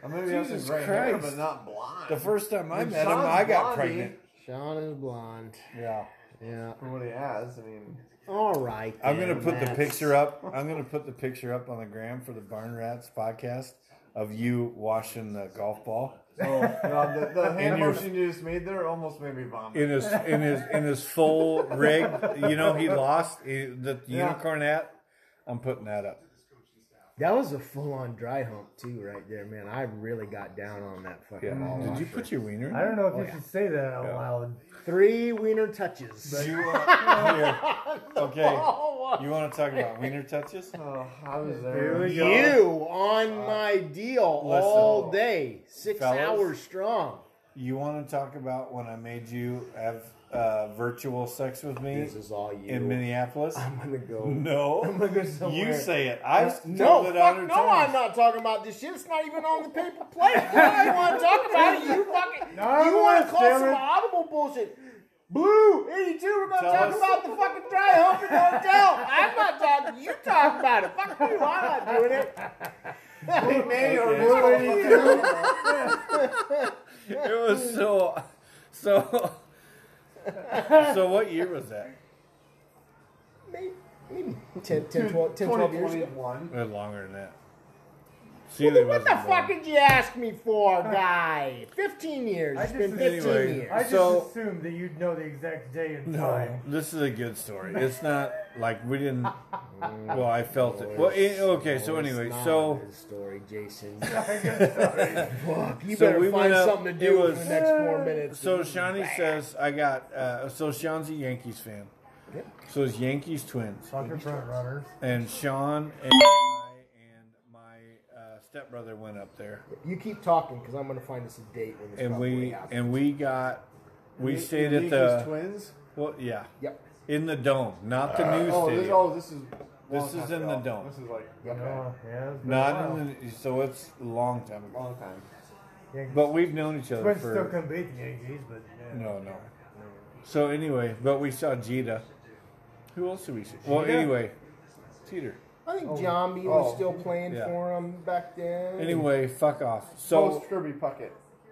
Speaker 1: Or maybe I have some
Speaker 3: Jesus
Speaker 1: gray hair, but
Speaker 3: Christ.
Speaker 1: not blonde.
Speaker 3: The first time I
Speaker 1: And
Speaker 3: met him,
Speaker 1: Sean's
Speaker 3: I got
Speaker 1: blondie.
Speaker 3: pregnant.
Speaker 4: Sean is blonde.
Speaker 3: Yeah.
Speaker 4: Yeah.
Speaker 1: From what he has, I mean,
Speaker 4: All right.
Speaker 3: I'm gonna put the picture up. I'm gonna put the picture up on the gram for the Barn Rats podcast of you washing the golf ball
Speaker 1: oh, no, the, the hand
Speaker 3: your-
Speaker 1: motion you just made there almost made me vomit.
Speaker 3: in his in his in his full rig. You know he lost he, the
Speaker 1: Yeah.
Speaker 3: unicorn hat. I'm putting that up.
Speaker 4: That was a full-on dry hump too, right there, man. I really got down on that fucking
Speaker 3: Yeah.
Speaker 4: ball.
Speaker 3: Did you
Speaker 4: washer.
Speaker 3: put your wiener? in
Speaker 2: I don't know if
Speaker 4: Oh,
Speaker 2: you
Speaker 4: yeah.
Speaker 2: should say that out
Speaker 3: Yeah.
Speaker 2: loud.
Speaker 4: three wiener touches?
Speaker 3: You, uh, here. Okay.
Speaker 4: Oh,
Speaker 3: You want to talk about wiener touches?
Speaker 1: Oh, I was there.
Speaker 2: Here we go.
Speaker 4: You on my deal
Speaker 3: Listen.
Speaker 4: all day, six
Speaker 3: Fellas.
Speaker 4: hours strong.
Speaker 3: You want to talk about when I made you have uh, virtual sex with me
Speaker 4: This is all you.
Speaker 3: in Minneapolis?
Speaker 4: I'm gonna go.
Speaker 3: No,
Speaker 1: go
Speaker 3: you
Speaker 1: somewhere.
Speaker 3: say it. I
Speaker 4: No,
Speaker 3: told it a
Speaker 4: fuck
Speaker 3: hundred
Speaker 4: no, I'm
Speaker 3: times.
Speaker 4: not talking about this shit. It's not even on the paper plate. I don't want to talk about it. You fucking, you want to
Speaker 2: us,
Speaker 4: call
Speaker 2: damn
Speaker 4: some
Speaker 2: it.
Speaker 4: audible bullshit. Blue, 82, we're going to
Speaker 3: Tell
Speaker 4: talk
Speaker 3: us.
Speaker 4: about the fucking dry hump in the hotel. I'm not talking, you talk about it. Fuck you, I'm not doing it.
Speaker 1: Hey, man, you're
Speaker 3: Okay.
Speaker 1: really
Speaker 3: It was so, so, so. What year was that?
Speaker 4: Maybe, maybe 10, 10, 12, 10, 12 years ago.
Speaker 1: 2021.
Speaker 3: Way longer than that. Sealy
Speaker 4: What
Speaker 3: wasn't
Speaker 4: the fuck
Speaker 3: born.
Speaker 4: did you ask me for, guy? 15 years.
Speaker 2: I
Speaker 4: It's
Speaker 2: just-
Speaker 4: been 15
Speaker 3: anyway,
Speaker 4: years.
Speaker 2: I just
Speaker 3: So-
Speaker 2: assumed that you'd know the exact day and
Speaker 3: No,
Speaker 2: time.
Speaker 3: this is a good story. It's not like we didn't. Well, I felt it. Well, it- okay. So
Speaker 4: It's
Speaker 3: anyway,
Speaker 4: not
Speaker 3: so.
Speaker 4: a good story, Jason. Fuck, you
Speaker 3: So
Speaker 4: better
Speaker 3: we went
Speaker 4: find
Speaker 3: up-
Speaker 4: something to
Speaker 3: it
Speaker 4: do
Speaker 3: was-
Speaker 4: for the next four minutes.
Speaker 3: So Shawnee says I got. Uh, so Sean's a Yankees fan.
Speaker 4: Yep.
Speaker 3: So it's Yankees twins,
Speaker 2: Fucking front runners.
Speaker 3: and Sean and I and my uh, stepbrother went up there,
Speaker 4: you keep talking because I'm gonna find us a date when this
Speaker 3: and
Speaker 4: probably
Speaker 3: we
Speaker 4: happens.
Speaker 3: and we got. We stayed at
Speaker 1: Yankees
Speaker 3: the
Speaker 1: twins.
Speaker 3: well, yeah,
Speaker 4: yep.
Speaker 3: in the dome, not the new
Speaker 1: Oh, this,
Speaker 3: stadium,
Speaker 1: oh, this is.
Speaker 3: This
Speaker 1: long
Speaker 3: is
Speaker 1: time
Speaker 3: in
Speaker 1: ago.
Speaker 3: the dome.
Speaker 1: This is like okay.
Speaker 2: Oh, yeah, it's been a
Speaker 3: not
Speaker 2: while.
Speaker 3: in the. So it's a long time ago.
Speaker 1: long time.
Speaker 2: Yankees.
Speaker 3: But we've known each other
Speaker 2: Twins still
Speaker 3: for
Speaker 2: couldn't beat the Yankees, but yeah.
Speaker 3: no, no. So anyway, but we saw Jeter. Who else did we see? Well,
Speaker 2: Jeter?
Speaker 3: anyway, Jeter.
Speaker 4: I think John B
Speaker 1: oh,
Speaker 4: was still playing
Speaker 3: yeah.
Speaker 4: for him back then.
Speaker 3: Anyway, fuck off. So
Speaker 1: Post Kirby Puckett.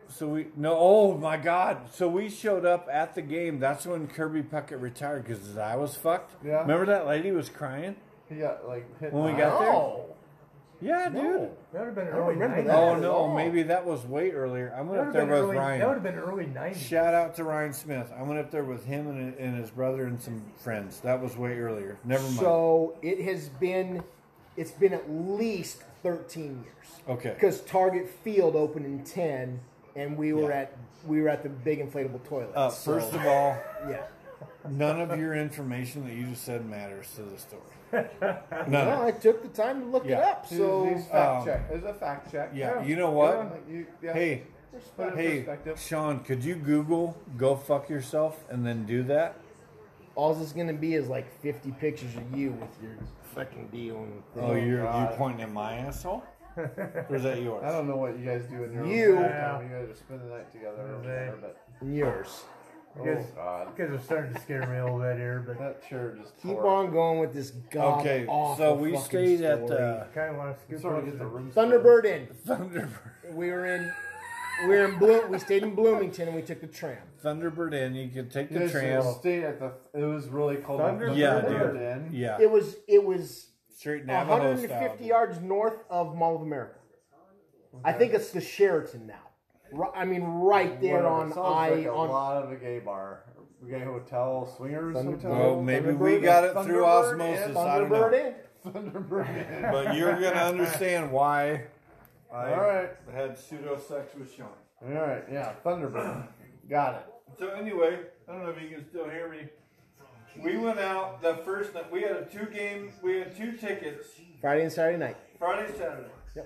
Speaker 3: So we no. Oh my God! So we showed up at the game. That's when Kirby Puckett retired because his eye was fucked.
Speaker 1: Yeah.
Speaker 3: Remember that lady was crying
Speaker 1: He got like hit.
Speaker 3: when we
Speaker 1: in the
Speaker 4: Oh.
Speaker 3: got
Speaker 1: eye.
Speaker 4: No.
Speaker 3: there. Yeah, dude.
Speaker 2: That would have been
Speaker 4: don't
Speaker 2: early
Speaker 4: remember
Speaker 2: 90s.
Speaker 4: that.
Speaker 3: Oh
Speaker 4: at
Speaker 3: no,
Speaker 4: all.
Speaker 3: maybe that was way earlier. I went
Speaker 2: That
Speaker 3: up
Speaker 2: would've
Speaker 3: there
Speaker 2: been
Speaker 3: with
Speaker 2: early- That would
Speaker 3: Ryan.
Speaker 2: have been early 90s.
Speaker 3: Shout out to Ryan Smith. I went up there with him and, and his brother and some friends. That was way earlier. Never mind.
Speaker 4: So it has been, it's been at least 13 years
Speaker 3: Okay.
Speaker 4: because Target Field opened in 10, and we were
Speaker 3: Yeah.
Speaker 4: at we were at the big inflatable toilet.
Speaker 3: Uh, first of all,
Speaker 4: yeah,
Speaker 3: none of your information that you just said matters to the story. None.
Speaker 4: well, I took the time to look it
Speaker 3: Yeah.
Speaker 4: up. So
Speaker 1: It's fact
Speaker 3: um,
Speaker 1: check. It's a fact check.
Speaker 3: yeah, you know what?
Speaker 1: Yeah, you- yeah.
Speaker 3: Hey,
Speaker 1: Just put it in
Speaker 3: hey,
Speaker 1: perspective.
Speaker 3: Sean, could you Google "go fuck yourself" and then do that?
Speaker 4: all this is gonna be is like 50 pictures of you with your fucking deal. And
Speaker 3: Oh, you're you
Speaker 1: God.
Speaker 3: pointing at my asshole? or is that yours?
Speaker 1: I don't know what you guys do in your own
Speaker 4: You-
Speaker 1: spare time. You guys are spending the night together or
Speaker 2: Yeah.
Speaker 1: whatever, but
Speaker 4: and yours.
Speaker 2: You guys,
Speaker 1: oh god,
Speaker 2: you guys are starting to scare me a little bit here, but
Speaker 1: that sure just
Speaker 4: Keep
Speaker 1: tore.
Speaker 4: on going with this god
Speaker 3: Okay,
Speaker 4: awful
Speaker 3: so we
Speaker 4: fucking
Speaker 3: stayed at
Speaker 4: story.
Speaker 3: uh,
Speaker 2: I kind of want to scoop
Speaker 1: Sort of
Speaker 2: over
Speaker 1: get the
Speaker 2: the-
Speaker 1: room
Speaker 4: Thunderbird Inn.
Speaker 3: Thunderbird.
Speaker 4: We were in we were in Bloom. We stayed in Bloomington and we took the tram.
Speaker 3: Thunderbird Inn. You could take
Speaker 1: You
Speaker 3: the
Speaker 1: guys
Speaker 3: tram.
Speaker 1: should stay at the. It was really cold.
Speaker 2: Thunderbird?
Speaker 3: Yeah,
Speaker 1: Thunderbird
Speaker 3: dude.
Speaker 1: Inn.
Speaker 3: Yeah,
Speaker 4: It was it was
Speaker 3: straight Navajo style.
Speaker 4: 150
Speaker 3: dude.
Speaker 4: yards north of Mall of America. I think it's the Sheraton now. Ri- I mean, right there
Speaker 1: Whatever.
Speaker 4: on
Speaker 1: Sounds
Speaker 4: I
Speaker 1: like a
Speaker 4: on.
Speaker 1: lot of a gay bar, gay hotel, swingers
Speaker 4: Thunderbird.
Speaker 1: hotel.
Speaker 3: Well, maybe we
Speaker 1: Thunderbird-
Speaker 3: got it through
Speaker 1: Thunderbird
Speaker 3: osmosis.
Speaker 1: Inn.
Speaker 3: I don't know.
Speaker 4: Thunderbird Inn.
Speaker 1: Thunderbird Inn.
Speaker 3: But you're gonna understand why. I
Speaker 1: All right,
Speaker 3: had pseudo sex with Sean.
Speaker 1: all right, yeah, Thunderbird. got it.
Speaker 3: So anyway, I don't know if you can still hear me. We went out the first night. We had a two game. We had two tickets.
Speaker 4: Friday and Saturday night.
Speaker 3: Friday, Saturday.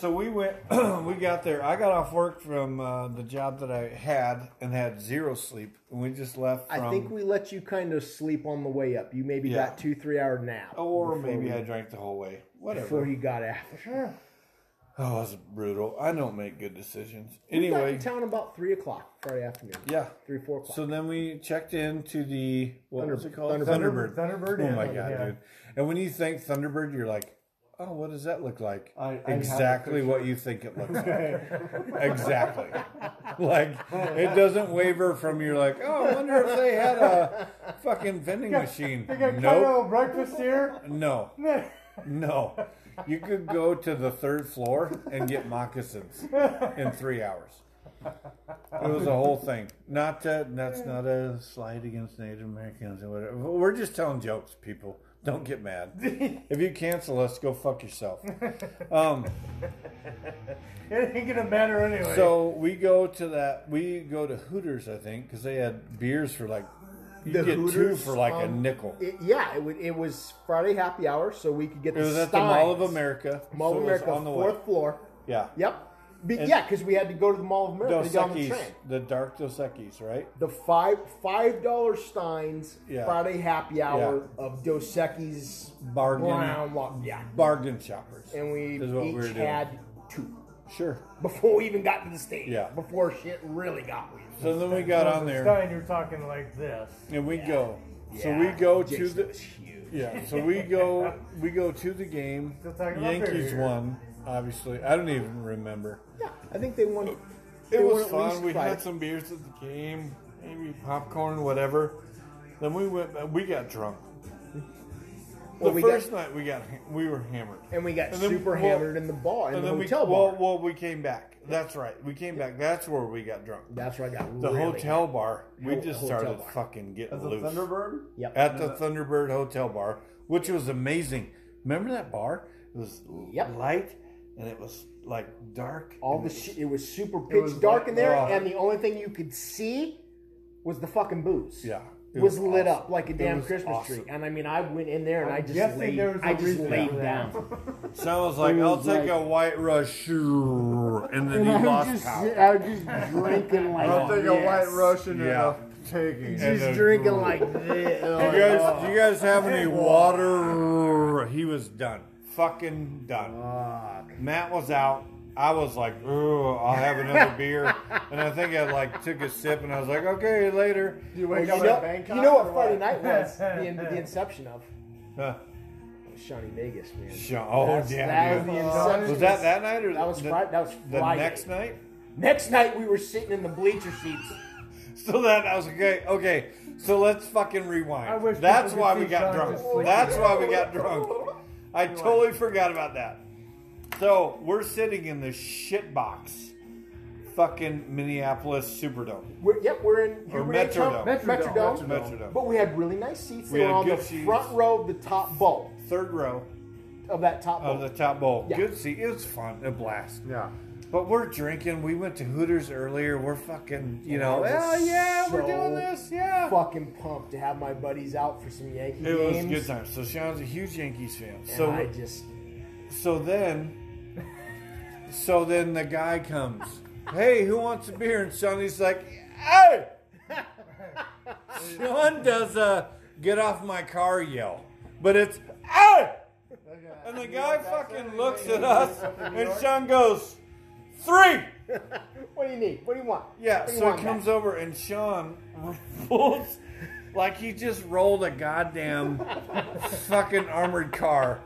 Speaker 3: So we went. we got there. I got off work from uh, the job that I had and had zero sleep, and we just left. From,
Speaker 4: I think we let you kind of sleep on the way up. You maybe
Speaker 3: Yeah.
Speaker 4: got two three hour nap.
Speaker 3: Or
Speaker 4: before
Speaker 3: maybe
Speaker 4: we-
Speaker 3: I drank the whole way. Whatever.
Speaker 4: before you got after.
Speaker 3: Oh, that was brutal. I don't make good decisions.
Speaker 4: We got in
Speaker 3: Anyway,
Speaker 4: town about three o'clock Friday afternoon.
Speaker 3: yeah.
Speaker 4: three four o'clock.
Speaker 3: So then we checked into the what was it
Speaker 4: Thunderbird.
Speaker 3: called?
Speaker 4: Thunderbird.
Speaker 2: Thunderbird
Speaker 3: Oh
Speaker 2: Inn,
Speaker 3: my god,
Speaker 2: yeah.
Speaker 3: dude! And when you think Thunderbird, you're like, oh, what does that look like?
Speaker 1: I- I have a
Speaker 3: exactly what you think it looks like. exactly. Like it doesn't waver from you're like, oh, I wonder if they had a fucking vending machine.
Speaker 2: They got
Speaker 3: Nope.
Speaker 2: Cairo breakfast here.
Speaker 3: No. No. You could go to the third floor and get moccasins in three hours. It was a whole thing. Not to, that's not a slight against Native Americans or whatever. We're just telling jokes, people. Don't get mad. If you cancel us, go fuck yourself. Um,
Speaker 2: It ain't gonna matter anyway.
Speaker 3: so we go to that. We go to Hooters, I think, because they had beers for like you
Speaker 4: The
Speaker 3: get two
Speaker 4: Hooters,
Speaker 3: for like a
Speaker 4: um,
Speaker 3: nickel. It,
Speaker 4: It- yeah, it, would, it was Friday happy hour, so we could get the
Speaker 3: was at the Mall of
Speaker 4: Steins.
Speaker 3: America.
Speaker 4: Mall
Speaker 3: so
Speaker 4: of
Speaker 3: it was
Speaker 4: America,
Speaker 3: on the way.
Speaker 4: fourth floor.
Speaker 3: Yeah.
Speaker 4: Yep. Be,
Speaker 3: And-
Speaker 4: yeah, because we had to go to the Mall of America
Speaker 3: Dos
Speaker 4: to get on the
Speaker 3: Equis,
Speaker 4: train.
Speaker 3: the dark Dos Equis, right?
Speaker 4: The five five dollar Steins
Speaker 3: Yeah.
Speaker 4: Friday happy hour of Dos Equis
Speaker 3: Bargain.
Speaker 4: brown lo- yeah,
Speaker 3: Bargain shoppers.
Speaker 4: and we
Speaker 3: Is what we
Speaker 4: each
Speaker 3: were doing.
Speaker 4: had two
Speaker 3: Sure.
Speaker 4: before we even got to the stage.
Speaker 3: Yeah.
Speaker 4: before shit really got weird.
Speaker 3: So then we got on there
Speaker 2: Stein, you're talking like this.
Speaker 3: and we go. So
Speaker 4: Yeah,
Speaker 3: we go to
Speaker 4: Jason was
Speaker 3: the
Speaker 4: huge.
Speaker 3: yeah. So we go we go to the game.
Speaker 2: Still talking about
Speaker 3: Yankees
Speaker 2: beer.
Speaker 3: won. Obviously, I don't even remember.
Speaker 4: Yeah, I think they won.
Speaker 3: It
Speaker 4: they won
Speaker 3: was
Speaker 4: at
Speaker 3: fun.
Speaker 4: least
Speaker 3: We
Speaker 4: Friday.
Speaker 3: had some beers at the game, maybe popcorn, whatever. Then we went. uh, We got drunk. The
Speaker 4: Well, we got-
Speaker 3: first night we got ha- we were hammered.
Speaker 4: and we got
Speaker 3: and then-
Speaker 4: super
Speaker 3: well,
Speaker 4: hammered in the bar in
Speaker 3: and
Speaker 4: the
Speaker 3: then we
Speaker 4: hotel bar.
Speaker 3: well, well we came back. That's right. We came back. That's where we got drunk.
Speaker 4: That's where I got
Speaker 3: The
Speaker 4: really
Speaker 3: hotel bar. We
Speaker 4: Ho-
Speaker 3: just
Speaker 4: hotel
Speaker 3: started
Speaker 4: bar.
Speaker 3: fucking getting
Speaker 1: As a
Speaker 3: loose
Speaker 1: Thunderbird.
Speaker 4: Yep.
Speaker 3: at the Thunderbird Hotel Bar, which was amazing. Remember that bar? It was
Speaker 4: Yep.
Speaker 3: light and it was like dark.
Speaker 4: All
Speaker 3: and
Speaker 4: the
Speaker 3: it
Speaker 4: shit. It was super
Speaker 1: It
Speaker 4: pitch
Speaker 1: was
Speaker 4: dark
Speaker 1: like
Speaker 4: in there,
Speaker 3: raw.
Speaker 4: and the only thing you could see was the fucking booze.
Speaker 3: Yeah, it
Speaker 4: was,
Speaker 3: was
Speaker 4: lit
Speaker 3: awesome.
Speaker 4: up like a damn
Speaker 3: was
Speaker 4: Christmas
Speaker 3: awesome.
Speaker 4: tree. And I mean, I went in there and i
Speaker 2: I'm
Speaker 4: just
Speaker 2: guessing
Speaker 4: laid,
Speaker 2: there was a
Speaker 4: I just
Speaker 2: reason
Speaker 4: laid
Speaker 2: for that.
Speaker 4: down.
Speaker 3: Sounds like I'll
Speaker 4: was
Speaker 3: take
Speaker 4: like-
Speaker 3: a white rush, and then you
Speaker 4: I
Speaker 3: lost
Speaker 4: was just,
Speaker 3: power.
Speaker 4: I was just drinking like
Speaker 1: I'll take a white
Speaker 4: this.
Speaker 1: Russian
Speaker 3: Yeah.
Speaker 1: and a taking.
Speaker 3: And
Speaker 4: Just
Speaker 3: a-
Speaker 4: drinking like this.
Speaker 3: Do you guys, do you guys have any water? He was done. Fucking done. Matt was out. I was like, ooh, I'll have another beer. And I think I like took a sip and I was like, okay, later.
Speaker 1: you
Speaker 4: Well,
Speaker 1: wake
Speaker 4: you,
Speaker 1: up in
Speaker 4: know,
Speaker 1: Bangkok.
Speaker 4: you know
Speaker 1: or
Speaker 4: what Friday night was? The, in, the inception of
Speaker 3: Huh.
Speaker 4: Shawnee Vegas, man.
Speaker 3: Sean- Uh, Oh,
Speaker 4: That's-
Speaker 3: damn.
Speaker 4: that
Speaker 3: dude.
Speaker 4: was the inception.
Speaker 3: Was that that night or
Speaker 4: That was
Speaker 3: the,
Speaker 4: Friday. That was
Speaker 3: the
Speaker 4: Friday.
Speaker 3: next night?
Speaker 4: Next night we were sitting in the bleacher seats.
Speaker 3: So that I was okay. Okay, so let's fucking rewind.
Speaker 2: I wish
Speaker 3: That's
Speaker 2: people
Speaker 3: why
Speaker 2: could
Speaker 3: we
Speaker 2: see
Speaker 3: got
Speaker 2: John
Speaker 3: drunk.
Speaker 2: just sleeping.
Speaker 3: That's why we got drunk. I totally forgot about that. So we're sitting in this shit box, fucking Minneapolis Superdome.
Speaker 4: We're, yep, we're in
Speaker 3: Or
Speaker 4: we're in
Speaker 3: Metrodome.
Speaker 4: town- Metrodome.
Speaker 2: Metrodome.
Speaker 3: Metrodome.
Speaker 4: But we had really nice seats.
Speaker 3: We
Speaker 4: They were
Speaker 3: had
Speaker 4: on the
Speaker 3: good seats.
Speaker 4: front row of the top bowl.
Speaker 3: Third row.
Speaker 4: of that top
Speaker 3: of the
Speaker 4: bowl.
Speaker 3: top bowl.
Speaker 4: Oh. Yeah.
Speaker 3: Good see, it was fun, a blast.
Speaker 1: Yeah.
Speaker 3: But we're drinking. We went to Hooters earlier. We're fucking, you know.
Speaker 4: I was
Speaker 3: Well, yeah, we're
Speaker 4: so
Speaker 3: doing this. Yeah.
Speaker 4: Fucking pumped to have my buddies out for some Yankee
Speaker 3: It was a
Speaker 4: games.
Speaker 3: good time. So Sean's a huge Yankees fan.
Speaker 4: And
Speaker 3: So
Speaker 4: I just
Speaker 3: so then, so then the guy comes. Hey, who wants a beer? And Sean's like, hey. Sean does a get off my car yell, but it's hey. And the guy fucking looks at us, and Sean goes three.
Speaker 4: what do you need? What do you want?
Speaker 3: Yeah,
Speaker 4: What do you
Speaker 3: so
Speaker 4: want,
Speaker 3: it comes
Speaker 4: Matt?
Speaker 3: over and Sean pulls like he just rolled a goddamn fucking armored car.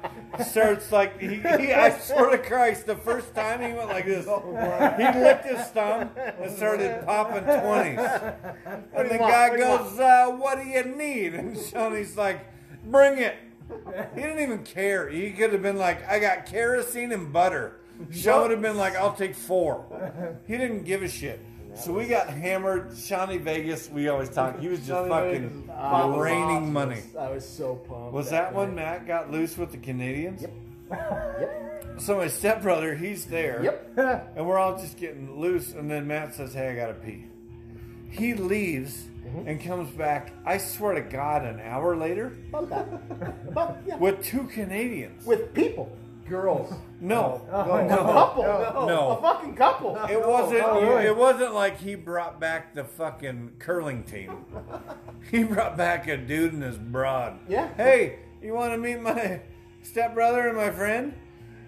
Speaker 3: Starts like he, he I swear to Christ, the first time he went like this, he licked his thumb and started popping twenties.
Speaker 4: What do
Speaker 3: And the
Speaker 4: you want?
Speaker 3: guy
Speaker 4: What do you want?
Speaker 3: goes, uh, "What do you need?" And Sean's like, "Bring it." He didn't even care. He could have been like, "I got kerosene and butter." Sean would have been like, "I'll take four. He didn't give a shit. So we got hammered. Shawnee Vegas, we always talk. He was just
Speaker 1: Shawnee
Speaker 3: fucking
Speaker 1: Vegas.
Speaker 4: I was
Speaker 3: raining
Speaker 4: awesome.
Speaker 3: money.
Speaker 4: I was so pumped.
Speaker 3: Was that
Speaker 4: night.
Speaker 3: when Matt got loose with the Canadians?
Speaker 4: Yep. Yep.
Speaker 3: So my stepbrother, he's there.
Speaker 4: Yep.
Speaker 3: And we're all just getting loose, and then Matt says, Hey, I gotta pee. He leaves and comes back, I swear to God, an hour later
Speaker 4: About that. About, yeah. with,
Speaker 3: with two Canadians.
Speaker 4: people.
Speaker 1: Girls.
Speaker 3: No,
Speaker 4: a
Speaker 3: no,
Speaker 4: couple.
Speaker 3: no. No.
Speaker 4: A fucking couple.
Speaker 3: It wasn't.
Speaker 2: Oh, really?
Speaker 3: It wasn't like he brought back the fucking curling team. He brought back a dude and his broad.
Speaker 4: Yeah.
Speaker 3: Hey, you want to meet my stepbrother and my friend?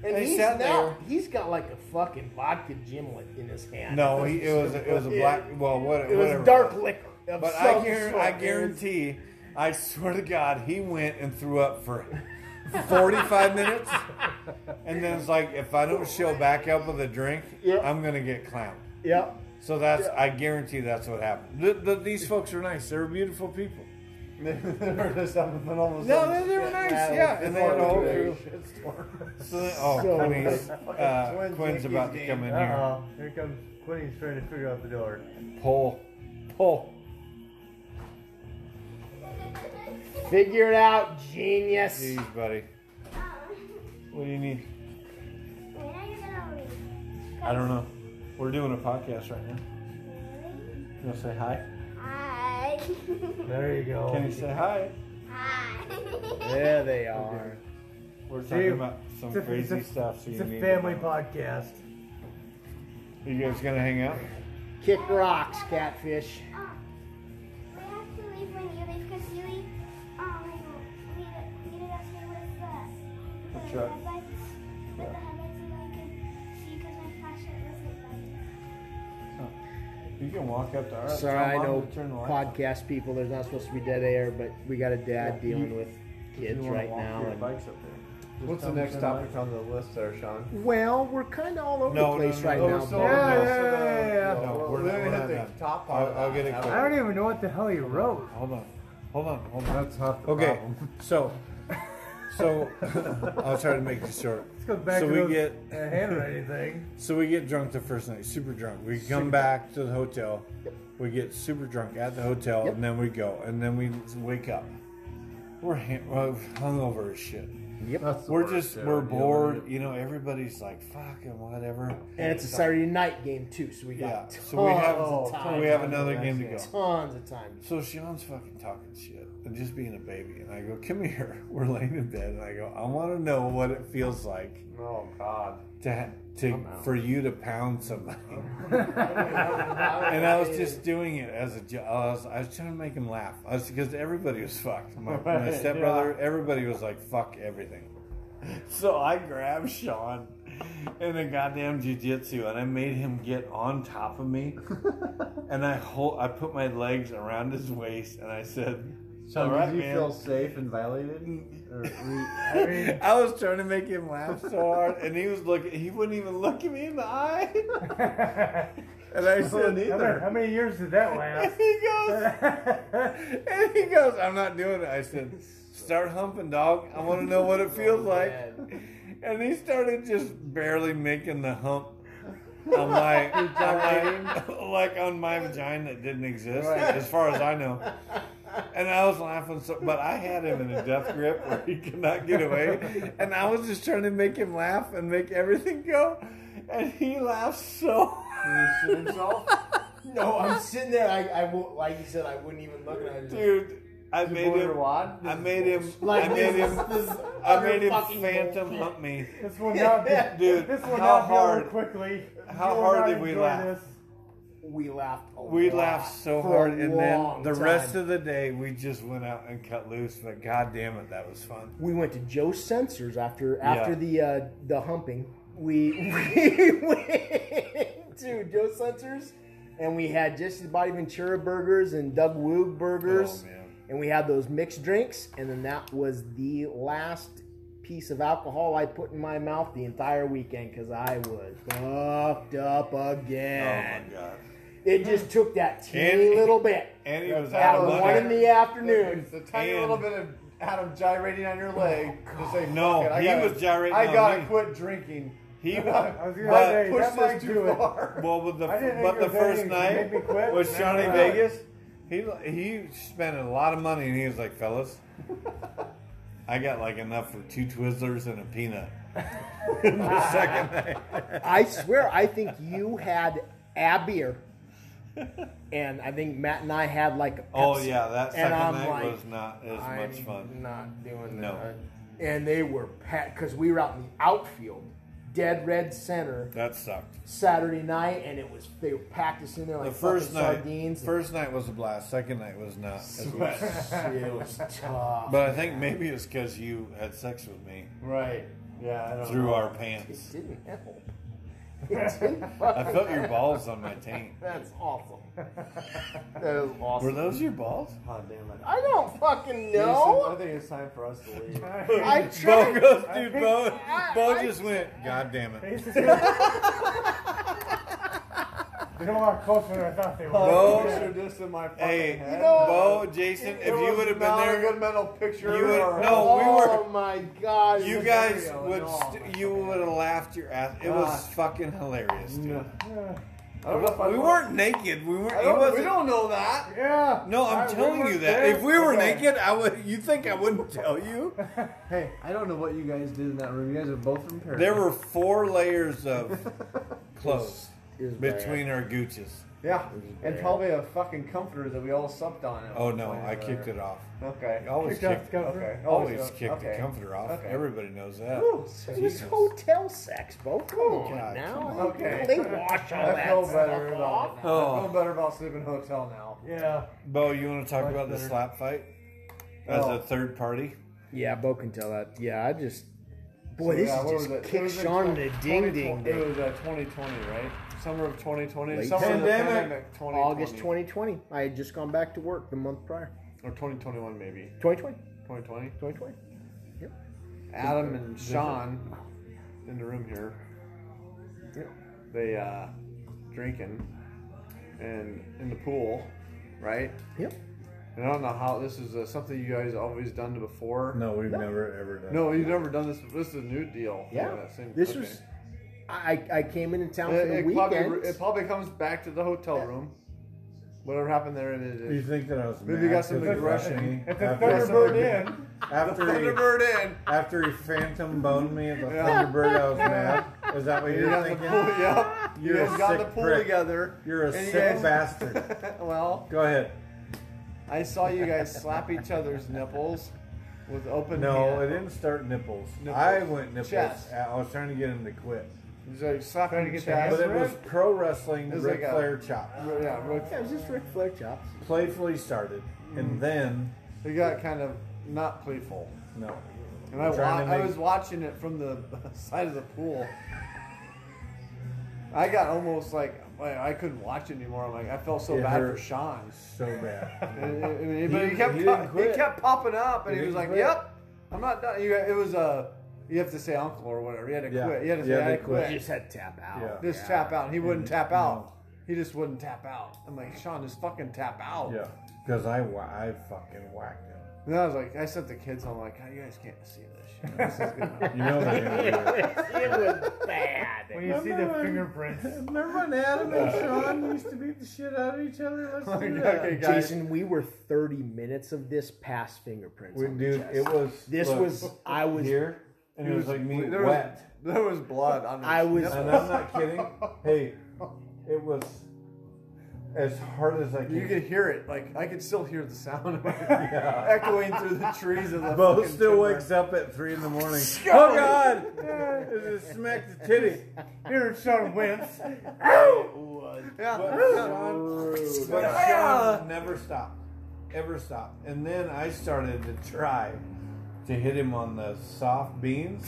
Speaker 4: And
Speaker 3: They
Speaker 4: he's
Speaker 3: sat
Speaker 4: now,
Speaker 3: there.
Speaker 4: he's got like a fucking vodka gimlet in his hand.
Speaker 3: No, he, it was. It was a black. Well, what?
Speaker 4: It
Speaker 3: whatever.
Speaker 4: was dark liquor. of
Speaker 3: But
Speaker 4: some
Speaker 3: I, guar-
Speaker 4: sort.
Speaker 3: I guarantee, I swear to God, he went and threw up for 45 minutes. And then it's like, if I don't show back up with a drink,
Speaker 4: Yeah.
Speaker 3: I'm going to get clowned.
Speaker 4: Yep.
Speaker 3: So that's, I guarantee that's what happened. Th th these folks were nice. They were beautiful people.
Speaker 1: they were just up and all of a
Speaker 3: No,
Speaker 1: sudden.
Speaker 3: they, they were nice,
Speaker 4: yeah,
Speaker 3: yeah.
Speaker 1: it's
Speaker 3: And they had a
Speaker 1: all
Speaker 3: whole
Speaker 1: good.
Speaker 3: crew. So then- oh,
Speaker 4: So
Speaker 3: Quinny's,
Speaker 1: good.
Speaker 3: uh,
Speaker 1: Twins
Speaker 3: Quinn's
Speaker 1: Yankees
Speaker 3: about to
Speaker 1: game.
Speaker 3: come in here.
Speaker 2: Uh-oh. Here comes Quinny's trying to figure out the door.
Speaker 3: Pull. Pull.
Speaker 4: Figure it out, genius.
Speaker 3: Jeez, buddy. What do you need? I don't know. We're doing a podcast right now. You want to say hi?
Speaker 5: Hi.
Speaker 2: There you go.
Speaker 3: Can you say hi?
Speaker 5: Hi.
Speaker 4: There they are.
Speaker 3: We're
Speaker 2: See,
Speaker 3: talking about some
Speaker 2: it's a- it's
Speaker 3: crazy
Speaker 2: a-
Speaker 3: stuff. So
Speaker 2: It's
Speaker 3: you
Speaker 2: a
Speaker 3: need
Speaker 2: family
Speaker 3: to know.
Speaker 2: podcast.
Speaker 3: You guys gonna hang out?
Speaker 4: Kick rocks, catfish.
Speaker 5: Oh, we have to leave when you leave because you leave. Um, we needed us here with the,
Speaker 3: That's
Speaker 5: the
Speaker 3: right.
Speaker 5: headlights. With the headlights so I can see because my flashlight wasn't running.
Speaker 3: You can walk up to our.
Speaker 4: Sorry, I
Speaker 3: tell Mom
Speaker 4: know
Speaker 3: to turn the light on.
Speaker 4: podcast people, there's not supposed to be dead air, but we got a dad
Speaker 3: Yeah, you-
Speaker 4: dealing with
Speaker 3: If you
Speaker 4: kids
Speaker 3: wanna
Speaker 4: right
Speaker 3: walk
Speaker 4: now.
Speaker 3: your
Speaker 4: and-
Speaker 3: bike's up there. Just
Speaker 1: What's the
Speaker 3: tell me
Speaker 1: next
Speaker 3: to turn the
Speaker 1: topic on the list there, Sean?
Speaker 4: Well, we're kind of all over
Speaker 3: No,
Speaker 4: the place
Speaker 3: no, no,
Speaker 4: right
Speaker 3: no,
Speaker 1: we're
Speaker 4: now.
Speaker 1: still-
Speaker 4: but-
Speaker 2: Yeah,
Speaker 1: no,
Speaker 2: yeah,
Speaker 1: still-
Speaker 2: yeah, yeah.
Speaker 1: no, we're
Speaker 3: No, we're not-
Speaker 1: gonna
Speaker 3: we're
Speaker 1: hit
Speaker 3: not
Speaker 1: the
Speaker 3: done.
Speaker 1: top
Speaker 3: I'll-
Speaker 1: part.
Speaker 3: I'll get it
Speaker 1: How-
Speaker 3: quick.
Speaker 2: I don't even know what the hell he wrote.
Speaker 3: light. Hold on, hold on, hold on.
Speaker 1: That's half the
Speaker 3: Okay,
Speaker 1: problem.
Speaker 3: so, so I'll try to make this short.
Speaker 2: Let's go back
Speaker 3: so
Speaker 2: to
Speaker 3: we
Speaker 2: those,
Speaker 3: get
Speaker 2: uh, handwriting thing.
Speaker 3: So we get drunk the first night, super drunk. We come back to the hotel. We get super drunk at the hotel, and then we go, and then we wake up. We're hung- we're hungover as shit.
Speaker 1: That's the
Speaker 3: We're
Speaker 1: worst,
Speaker 3: just
Speaker 1: yeah,
Speaker 3: we're
Speaker 1: you know,
Speaker 3: bored. You know, everybody's like, "Fuck and whatever."
Speaker 4: And it's a Saturday night game, too, so we got
Speaker 3: Yeah.
Speaker 4: tons
Speaker 3: So we
Speaker 4: of
Speaker 3: have
Speaker 4: time.
Speaker 3: we have another game to go.
Speaker 4: tons of time.
Speaker 3: So Sean's fucking talking shit and just being a baby, and I go, "Come here." We're laying in bed, and I go, "I want to know what it feels like
Speaker 1: Oh God.
Speaker 3: to ha- to for you to pound somebody." and I was just doing it as a joke. I was, I was trying to make him laugh. I was because everybody was fucked. My, my
Speaker 1: Right,
Speaker 3: stepbrother, everybody was like, "Fuck everything." So I grabbed Sean in a goddamn jujitsu, and I made him get on top of me, and I hold, I put my legs around his waist, and I said.
Speaker 1: Sean,
Speaker 3: All right,
Speaker 1: did you
Speaker 3: man.
Speaker 1: feel safe and violated? Or we-
Speaker 3: I was trying to make him laugh so hard, and he was looking. He wouldn't even look at me in the eye. And I said,
Speaker 2: How many, how many years did that
Speaker 3: And
Speaker 2: last?
Speaker 3: he goes, and he goes, I'm not doing it. I said, start humping, dog. I want to know what it feels like. And he started just barely making the hump on my, on my- like on my vagina that didn't exist, as far as I know. and I was laughing so, but I had him in a death grip where he could not get away, and I was just trying to make him laugh and make everything go, and he laughed so. hard.
Speaker 1: shit himself.
Speaker 4: No, I'm sitting there. I, I won't, like you said, I wouldn't even look at it.
Speaker 3: Dude, I
Speaker 1: You
Speaker 3: made
Speaker 1: boy or
Speaker 3: him.
Speaker 1: wad?
Speaker 3: I made him.
Speaker 4: Like,
Speaker 3: I made
Speaker 4: this
Speaker 3: him.
Speaker 4: is- this is
Speaker 3: I made him
Speaker 4: fucking
Speaker 3: phantom
Speaker 4: bullshit.
Speaker 3: hump me.
Speaker 2: This will not be.
Speaker 3: Dude,
Speaker 2: this will
Speaker 3: how
Speaker 2: not be over
Speaker 3: hard?
Speaker 2: quickly.
Speaker 3: how
Speaker 2: You will
Speaker 3: hard
Speaker 2: not
Speaker 3: did we
Speaker 2: enjoy
Speaker 3: laugh?
Speaker 2: this.
Speaker 4: We laughed. A
Speaker 3: We
Speaker 4: lot
Speaker 3: laughed so
Speaker 4: for a
Speaker 3: hard, and then
Speaker 4: long
Speaker 3: the
Speaker 4: time.
Speaker 3: rest of the day we just went out and cut loose. But god damn it, that was fun. Oh,
Speaker 4: we went to Joe Sensors after after
Speaker 3: Yeah.
Speaker 4: the uh, the humping. We we went to Joe Sensors and we had Jesse the Body Ventura burgers and Doug Woog burgers,
Speaker 3: Oh, man.
Speaker 4: and we had those mixed drinks. And then that was the last piece of alcohol I put in my mouth the entire weekend because I was fucked up
Speaker 3: Oh
Speaker 4: again.
Speaker 3: my god!
Speaker 4: it just took that teeny
Speaker 3: And-
Speaker 4: little bit.
Speaker 3: And he was
Speaker 4: At
Speaker 3: out
Speaker 1: was
Speaker 3: of
Speaker 4: one in
Speaker 3: money.
Speaker 4: the afternoon.
Speaker 1: It's a tiny
Speaker 3: And-
Speaker 1: little bit of Adam gyrating on your leg. Just say,
Speaker 3: No,
Speaker 1: "Fuck it, I
Speaker 3: he
Speaker 1: gotta-
Speaker 3: was gyrating
Speaker 1: I
Speaker 3: on
Speaker 1: gotta
Speaker 3: me."
Speaker 1: quit drinking.
Speaker 3: He
Speaker 2: I was
Speaker 3: was.
Speaker 2: gonna
Speaker 3: But,
Speaker 2: say-
Speaker 1: Push
Speaker 2: that might
Speaker 1: this
Speaker 2: do
Speaker 1: too
Speaker 2: it.
Speaker 1: far.
Speaker 3: well, with the
Speaker 2: I didn't think
Speaker 3: but
Speaker 2: it
Speaker 3: the
Speaker 2: was
Speaker 3: first
Speaker 2: anything to
Speaker 3: night
Speaker 2: make me quit,
Speaker 3: was
Speaker 2: and
Speaker 3: Shawnee
Speaker 2: then-
Speaker 3: Vegas. He he spent a lot of money, and he was like, "Fellas, I got like enough for two Twizzlers and a peanut." the second night.
Speaker 4: I swear, I think you had a beer, and I think Matt and I had like a Pepsi.
Speaker 3: Oh yeah, that
Speaker 4: And
Speaker 3: second
Speaker 4: I'm
Speaker 3: night
Speaker 4: like,
Speaker 3: was not as
Speaker 4: I'm
Speaker 3: much fun.
Speaker 4: Not doing
Speaker 3: No.
Speaker 4: that. And they were packed because we were out in the outfield, dead red center
Speaker 3: That sucked.
Speaker 4: Saturday night, and it was they were packed us in there like
Speaker 3: The first
Speaker 4: fucking
Speaker 3: night,
Speaker 4: sardines.
Speaker 3: first night was a blast. Second night was not as much.
Speaker 4: it was tough.
Speaker 3: But I think maybe it's because you had sex with me
Speaker 1: Right. Yeah, I don't
Speaker 3: through
Speaker 1: know.
Speaker 3: our
Speaker 4: It
Speaker 3: pants.
Speaker 4: didn't help. It didn't fucking
Speaker 3: I felt your balls on my taint.
Speaker 4: That's awesome. That is awesome.
Speaker 3: Were those your balls?
Speaker 1: Oh, damn it.
Speaker 4: I don't fucking
Speaker 1: I
Speaker 4: know.
Speaker 1: think it's time for us to leave.
Speaker 4: I
Speaker 3: Bo
Speaker 4: tried.
Speaker 3: goes, dude. Bo,
Speaker 4: I-
Speaker 3: Bo
Speaker 4: I-
Speaker 3: just went. God damn it.
Speaker 2: He's just gonna- they don't want closer than I thought they were.
Speaker 3: Bo-
Speaker 1: Picture this in my fucking
Speaker 3: Hey,
Speaker 1: head.
Speaker 3: Bo, Jason,
Speaker 1: It
Speaker 3: if you
Speaker 1: was
Speaker 3: would have been
Speaker 1: not a
Speaker 3: there,
Speaker 1: good mental picture.
Speaker 3: you would-
Speaker 1: or-
Speaker 3: no. we
Speaker 4: oh
Speaker 3: were-
Speaker 4: my god!
Speaker 3: you
Speaker 4: It was
Speaker 3: guys
Speaker 4: real.
Speaker 3: would.
Speaker 4: No.
Speaker 3: St- you would have laughed your ass. It was fucking hilarious, dude.
Speaker 1: No.
Speaker 2: Yeah.
Speaker 1: I don't know if I
Speaker 3: We
Speaker 1: would-
Speaker 3: weren't naked. We weren't.
Speaker 1: I
Speaker 3: He
Speaker 1: don't- we
Speaker 3: wasn't.
Speaker 1: don't know that.
Speaker 2: Yeah.
Speaker 3: No,
Speaker 2: I-
Speaker 3: I'm
Speaker 2: we
Speaker 3: telling
Speaker 2: were
Speaker 3: you that.
Speaker 2: there.
Speaker 3: If we were
Speaker 2: Okay.
Speaker 3: naked, I would. You think I wouldn't tell you?
Speaker 1: Hey, I don't know what you guys did in that room. You guys are both from Paris.
Speaker 3: There were four layers of clothes
Speaker 4: It was bad.
Speaker 3: between our gooches.
Speaker 1: Yeah, and
Speaker 4: bad.
Speaker 1: probably a fucking comforter that we all slept on. at
Speaker 3: Oh
Speaker 1: one
Speaker 3: no,
Speaker 1: point
Speaker 3: I
Speaker 1: or
Speaker 3: kicked
Speaker 1: whatever.
Speaker 3: it off.
Speaker 1: Okay.
Speaker 3: I always
Speaker 2: Kicked off
Speaker 3: kicked.
Speaker 2: the comforter.
Speaker 1: Okay.
Speaker 3: Always
Speaker 1: okay.
Speaker 3: kicked
Speaker 1: Okay.
Speaker 3: the comforter off.
Speaker 1: Okay.
Speaker 3: Everybody knows that.
Speaker 1: Ooh,
Speaker 4: It was Oh, hotel sex, bro. Come on
Speaker 3: God,
Speaker 4: now.
Speaker 3: come
Speaker 1: Okay.
Speaker 4: They wash all
Speaker 1: I
Speaker 4: that
Speaker 1: feel
Speaker 4: stuff
Speaker 1: better
Speaker 4: Oh, off.
Speaker 1: about. I feel
Speaker 3: Oh,
Speaker 1: better about sleeping in a hotel now.
Speaker 2: Yeah.
Speaker 3: Bo, you want to talk
Speaker 2: Much
Speaker 3: about the
Speaker 2: better.
Speaker 3: slap fight as
Speaker 1: Oh.
Speaker 3: a third party?
Speaker 4: Yeah, Bo can tell that. Yeah, I just. Boy,
Speaker 1: So,
Speaker 4: this
Speaker 1: yeah,
Speaker 4: is
Speaker 1: what
Speaker 4: just
Speaker 1: was it? It
Speaker 4: kick
Speaker 1: was in
Speaker 4: Sean in the
Speaker 1: 2020
Speaker 4: ding ding
Speaker 1: It
Speaker 4: ding.
Speaker 1: was uh, 2020, right? Summer of 2020.
Speaker 4: Late
Speaker 1: Summer Of the
Speaker 3: pandemic.
Speaker 1: pandemic 2020.
Speaker 4: August 2020. I had just gone back to work the month prior.
Speaker 1: Or 2021, maybe.
Speaker 4: 2020.
Speaker 1: 2020.
Speaker 4: 2020.
Speaker 1: Adam and Sean in the room here. They uh drinking and in the pool, right?
Speaker 4: Yep.
Speaker 1: And I don't know how this is uh, something you guys always done before.
Speaker 3: No, we've never ever done.
Speaker 1: No, you've never done this. This is a new deal.
Speaker 4: Yeah.
Speaker 1: that same-
Speaker 4: This
Speaker 1: okay.
Speaker 4: was. I, I came into town for
Speaker 1: It,
Speaker 4: the
Speaker 1: it
Speaker 4: weekend.
Speaker 1: probably, it probably comes back to the hotel room. Whatever happened there, and it is.
Speaker 3: think that I was?
Speaker 1: Maybe you got some aggression.
Speaker 2: If the Thunderbird in,
Speaker 1: The Thunderbird in.
Speaker 3: After he phantom boned me at the
Speaker 1: Yeah.
Speaker 3: Thunderbird, I was mad. Is that what
Speaker 1: You
Speaker 3: you're
Speaker 1: got the
Speaker 3: thinking?
Speaker 1: pool. Yep. You
Speaker 3: You're a
Speaker 1: guys got the
Speaker 3: sick
Speaker 1: pool
Speaker 3: prick.
Speaker 1: together.
Speaker 3: You're a
Speaker 1: And you
Speaker 3: sick
Speaker 1: guys-
Speaker 3: bastard.
Speaker 1: well,
Speaker 3: Go ahead.
Speaker 1: I saw you guys slap each other's nipples with open.
Speaker 3: No, it
Speaker 1: hand.
Speaker 3: didn't start nipples.
Speaker 1: Nipples.
Speaker 3: I went nipples.
Speaker 1: Chest.
Speaker 3: I was trying to get him to quit.
Speaker 1: So you slapped him
Speaker 2: to
Speaker 1: in the
Speaker 2: get that
Speaker 1: chest.
Speaker 3: But it was pro wrestling
Speaker 1: It was
Speaker 3: Ric
Speaker 1: like a-
Speaker 3: Flair chop.
Speaker 1: Yeah, real-
Speaker 4: Yeah, it was just Ric Flair chops.
Speaker 3: Playfully started.
Speaker 1: Mm.
Speaker 3: And then,
Speaker 1: it got kind of not playful.
Speaker 3: no.
Speaker 1: And I, wa-
Speaker 3: Trying to
Speaker 1: I
Speaker 3: make-
Speaker 1: was watching it from the side of the pool. I got almost like I I couldn't watch it anymore. I'm like I felt so
Speaker 3: It
Speaker 1: bad
Speaker 3: hurt.
Speaker 1: for Sean.
Speaker 3: So bad.
Speaker 1: And- and- and- but he
Speaker 3: He-
Speaker 1: kept
Speaker 3: he
Speaker 1: po-
Speaker 3: didn't
Speaker 1: he
Speaker 3: quit.
Speaker 1: kept popping up, and
Speaker 3: He
Speaker 1: he, was like,
Speaker 3: didn't quit.
Speaker 1: "Yep, I'm not done." You, it was uh, you have to say uncle or whatever. You had to
Speaker 3: Yeah.
Speaker 1: quit. You had to say
Speaker 3: Yeah,
Speaker 1: I
Speaker 3: they
Speaker 1: had to quit.
Speaker 3: quit.
Speaker 4: Just had to tap out.
Speaker 3: Yeah.
Speaker 1: Just tap out. He wouldn't tap out. He just wouldn't tap out. I'm like, Sean, just fucking tap out.
Speaker 3: Yeah. Because I, wa- I fucking whacked him.
Speaker 1: And I was like, I sent the kids home like, you guys can't see this. Shit. This is good.
Speaker 3: You know that.
Speaker 4: it was bad.
Speaker 2: When you see the
Speaker 3: Remember when-
Speaker 2: fingerprints.
Speaker 3: Remember when Adam and Sean used to beat the shit out of each other? Let's do that.
Speaker 1: Oh okay, guys.
Speaker 4: Jason, we were 30 minutes of this past fingerprints.
Speaker 3: We,
Speaker 4: on the
Speaker 3: dude,
Speaker 4: chest.
Speaker 3: it was.
Speaker 4: This
Speaker 3: look,
Speaker 4: was I was
Speaker 3: here, and it was like me
Speaker 1: there
Speaker 3: wet.
Speaker 1: Was, there was blood on his
Speaker 4: I was-
Speaker 1: nipple.
Speaker 3: And I'm not kidding. Hey, it was as hard as I
Speaker 1: You
Speaker 3: could.
Speaker 1: could hear it. Like I could still hear the sound of it
Speaker 3: Yeah.
Speaker 1: echoing through the trees of the.
Speaker 3: Bo
Speaker 1: fucking
Speaker 3: still
Speaker 1: timber.
Speaker 3: wakes up at three in the morning. Oh God! It just smacked the titty.
Speaker 2: Here, Sean Wentz.
Speaker 4: was
Speaker 1: Yeah.
Speaker 3: But Sean, but Sean never stopped, ever stopped. And then I started to try to hit him on the soft beans,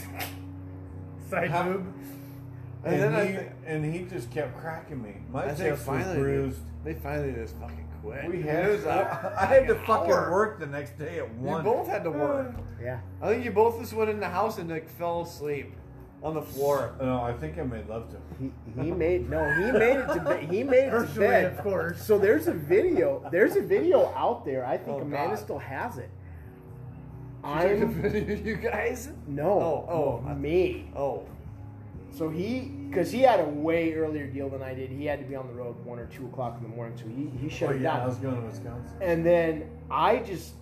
Speaker 2: Side
Speaker 3: How-
Speaker 2: boob.
Speaker 1: And
Speaker 3: and,
Speaker 1: then I
Speaker 3: he,
Speaker 1: think-
Speaker 3: and he just kept cracking me. My
Speaker 1: I think
Speaker 3: chest was
Speaker 1: finally
Speaker 3: bruised.
Speaker 1: They finally just fucking quit.
Speaker 3: We
Speaker 1: It
Speaker 3: had,
Speaker 1: was a-
Speaker 3: I had to fucking
Speaker 1: hour.
Speaker 3: work the next day at
Speaker 1: You
Speaker 3: one.
Speaker 1: both had to work.
Speaker 4: yeah.
Speaker 1: I think you both just went in the house and like fell asleep on the floor.
Speaker 3: Uh, No, I think I made love to him.
Speaker 4: He, he made no. He made it to bed. He made it to
Speaker 2: Virtually, of
Speaker 4: bed.
Speaker 2: course.
Speaker 4: So there's a video. There's a video out there. I think
Speaker 1: Oh,
Speaker 4: Amanda
Speaker 1: God.
Speaker 4: still has it.
Speaker 1: I took a
Speaker 4: I'm
Speaker 1: video, you guys.
Speaker 4: no.
Speaker 1: Oh, oh.
Speaker 4: me.
Speaker 1: Oh,
Speaker 4: So he, because he had a way earlier deal than I did. He had to be on the road one or two o'clock in the morning, so he he shut
Speaker 3: Oh
Speaker 4: it
Speaker 3: yeah, I
Speaker 4: down.
Speaker 3: was going to Wisconsin.
Speaker 4: And then I just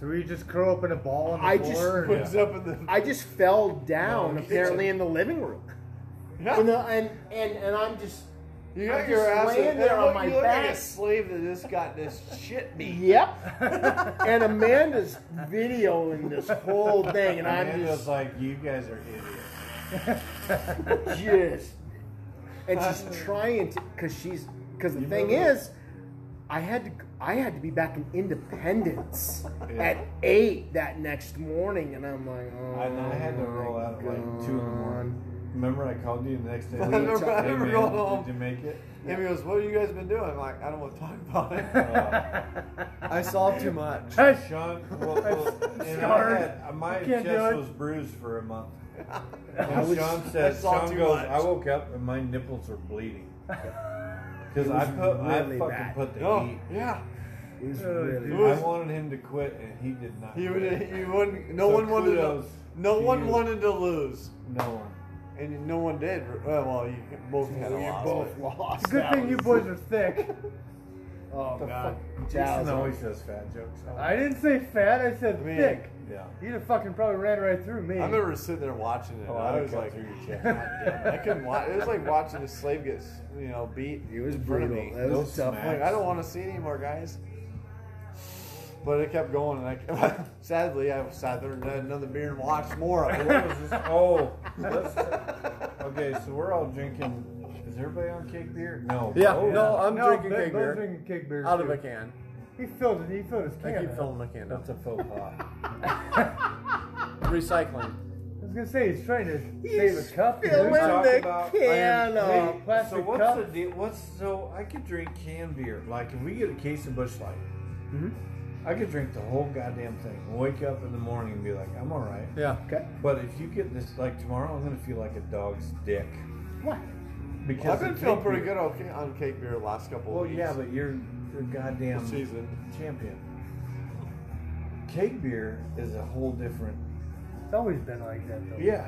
Speaker 2: So we just curl up in a ball on the
Speaker 4: I just
Speaker 2: floor.
Speaker 1: puts up in the.
Speaker 4: I just fell down
Speaker 1: No, you
Speaker 4: apparently
Speaker 1: didn't.
Speaker 4: in the living room.
Speaker 1: Yeah.
Speaker 4: And, the, and and and I'm just
Speaker 1: you
Speaker 4: I'm
Speaker 1: got your
Speaker 4: just
Speaker 1: ass
Speaker 4: laying
Speaker 1: in
Speaker 4: there on
Speaker 1: look-
Speaker 4: my
Speaker 1: you look like
Speaker 4: back.
Speaker 1: a slave that just got this shit beat.
Speaker 4: Yep. and Amanda's videoing this whole thing, and I'm
Speaker 3: Amanda's
Speaker 4: just,
Speaker 3: like, you guys are idiots.
Speaker 4: just, and she's trying to, cause she's, cause the
Speaker 3: You
Speaker 4: thing
Speaker 3: remember-
Speaker 4: is, I had to, I had to be back in Independence
Speaker 3: Yeah.
Speaker 4: at eight that next morning, and I'm like, oh,
Speaker 3: I, I had to roll out at like two in the morning. Remember, I called you the next day.
Speaker 1: I remember- I
Speaker 3: Hey,
Speaker 1: remember
Speaker 3: man,
Speaker 1: going home.
Speaker 3: Did you make it?
Speaker 1: Amy goes, "What have you guys been doing?" I'm like, "I don't want to talk about it.
Speaker 3: Uh,
Speaker 1: I saw too much."
Speaker 3: Sean, well, well, and I
Speaker 2: scarred.
Speaker 3: had, uh, my
Speaker 2: You can't
Speaker 3: chest
Speaker 2: do it.
Speaker 3: was bruised for a month. And
Speaker 4: was-
Speaker 3: Sean said,
Speaker 1: I saw
Speaker 3: Sean
Speaker 1: too
Speaker 3: goes,
Speaker 1: much.
Speaker 3: I woke up and my nipples are bleeding. Because I
Speaker 4: was
Speaker 3: put, I
Speaker 4: really
Speaker 3: fucking
Speaker 4: bad.
Speaker 3: put the
Speaker 1: No,
Speaker 3: heat.
Speaker 1: yeah,
Speaker 4: It was
Speaker 2: Oh,
Speaker 4: really
Speaker 2: dude.
Speaker 1: was-
Speaker 3: I wanted him to quit, and he did not.
Speaker 1: he would.
Speaker 3: quit.
Speaker 1: He wouldn't. No
Speaker 3: So
Speaker 1: one wanted. To,
Speaker 3: kudos
Speaker 1: no
Speaker 3: to
Speaker 1: one
Speaker 3: you.
Speaker 1: wanted to lose,
Speaker 3: No one.
Speaker 1: and no one did. Well, well, you both had a
Speaker 4: We
Speaker 1: loss.
Speaker 4: both
Speaker 1: but-
Speaker 4: lost.
Speaker 2: Good
Speaker 4: That
Speaker 2: thing you
Speaker 4: was-
Speaker 2: boys are thick.
Speaker 4: Oh
Speaker 1: The
Speaker 4: god,
Speaker 1: fuck?
Speaker 4: That
Speaker 3: Jason
Speaker 4: was-
Speaker 3: always says fat jokes.
Speaker 2: I didn't say fat. I said
Speaker 1: Man.
Speaker 2: thick.
Speaker 3: Yeah.
Speaker 2: You'd have fucking probably ran right through me.
Speaker 1: I remember sitting there watching it.
Speaker 3: Oh,
Speaker 1: and
Speaker 3: I
Speaker 1: I
Speaker 3: would
Speaker 1: was
Speaker 3: cut
Speaker 1: like,
Speaker 3: through
Speaker 1: God
Speaker 3: your chest.
Speaker 1: damn, I couldn't watch. It was like watching a slave get, you know, beat.
Speaker 4: It was
Speaker 1: in front of
Speaker 4: brutal.
Speaker 1: me.
Speaker 4: That was
Speaker 3: Those
Speaker 4: a tough.
Speaker 3: smack-
Speaker 1: I'm like, I don't want to see it anymore, guys. But it kept going, and I kept, sadly, I sat there and had another beer and watched more of it.
Speaker 3: What was this? Oh, let's, okay. So we're all drinking. Is everybody on cake beer? No. Oh,
Speaker 1: I'm
Speaker 2: no, Bo- Bo's drinking cake beer. too.
Speaker 1: can.
Speaker 2: He filled it. He filled his can. up.
Speaker 1: my can.
Speaker 3: That's a faux pas.
Speaker 1: Recycling.
Speaker 2: I was gonna say he's trying to
Speaker 4: He's
Speaker 2: save a cup. dude.
Speaker 4: filling
Speaker 3: Talk
Speaker 4: the
Speaker 3: about-
Speaker 4: can
Speaker 2: I am-
Speaker 4: up.
Speaker 2: Hey, plastic
Speaker 3: so what's
Speaker 2: cup.
Speaker 3: the deal? What's so I could drink canned beer. Like if we get a case of Bush Light, I could drink the whole goddamn thing. Wake up in the morning and be like, I'm all right.
Speaker 1: Yeah.
Speaker 4: Okay.
Speaker 3: But if you get this, like tomorrow, I'm gonna feel like a dog's dick
Speaker 4: What?
Speaker 3: because
Speaker 1: I've been
Speaker 3: of
Speaker 1: feeling
Speaker 3: cake
Speaker 1: pretty
Speaker 3: beer.
Speaker 1: good okay, on cake beer the last couple
Speaker 3: Well,
Speaker 1: of weeks.
Speaker 3: yeah, um, but you're you're goddamn
Speaker 1: This season.
Speaker 3: champion. Cake beer is a whole different.
Speaker 2: It's always been like that though.
Speaker 3: Yeah,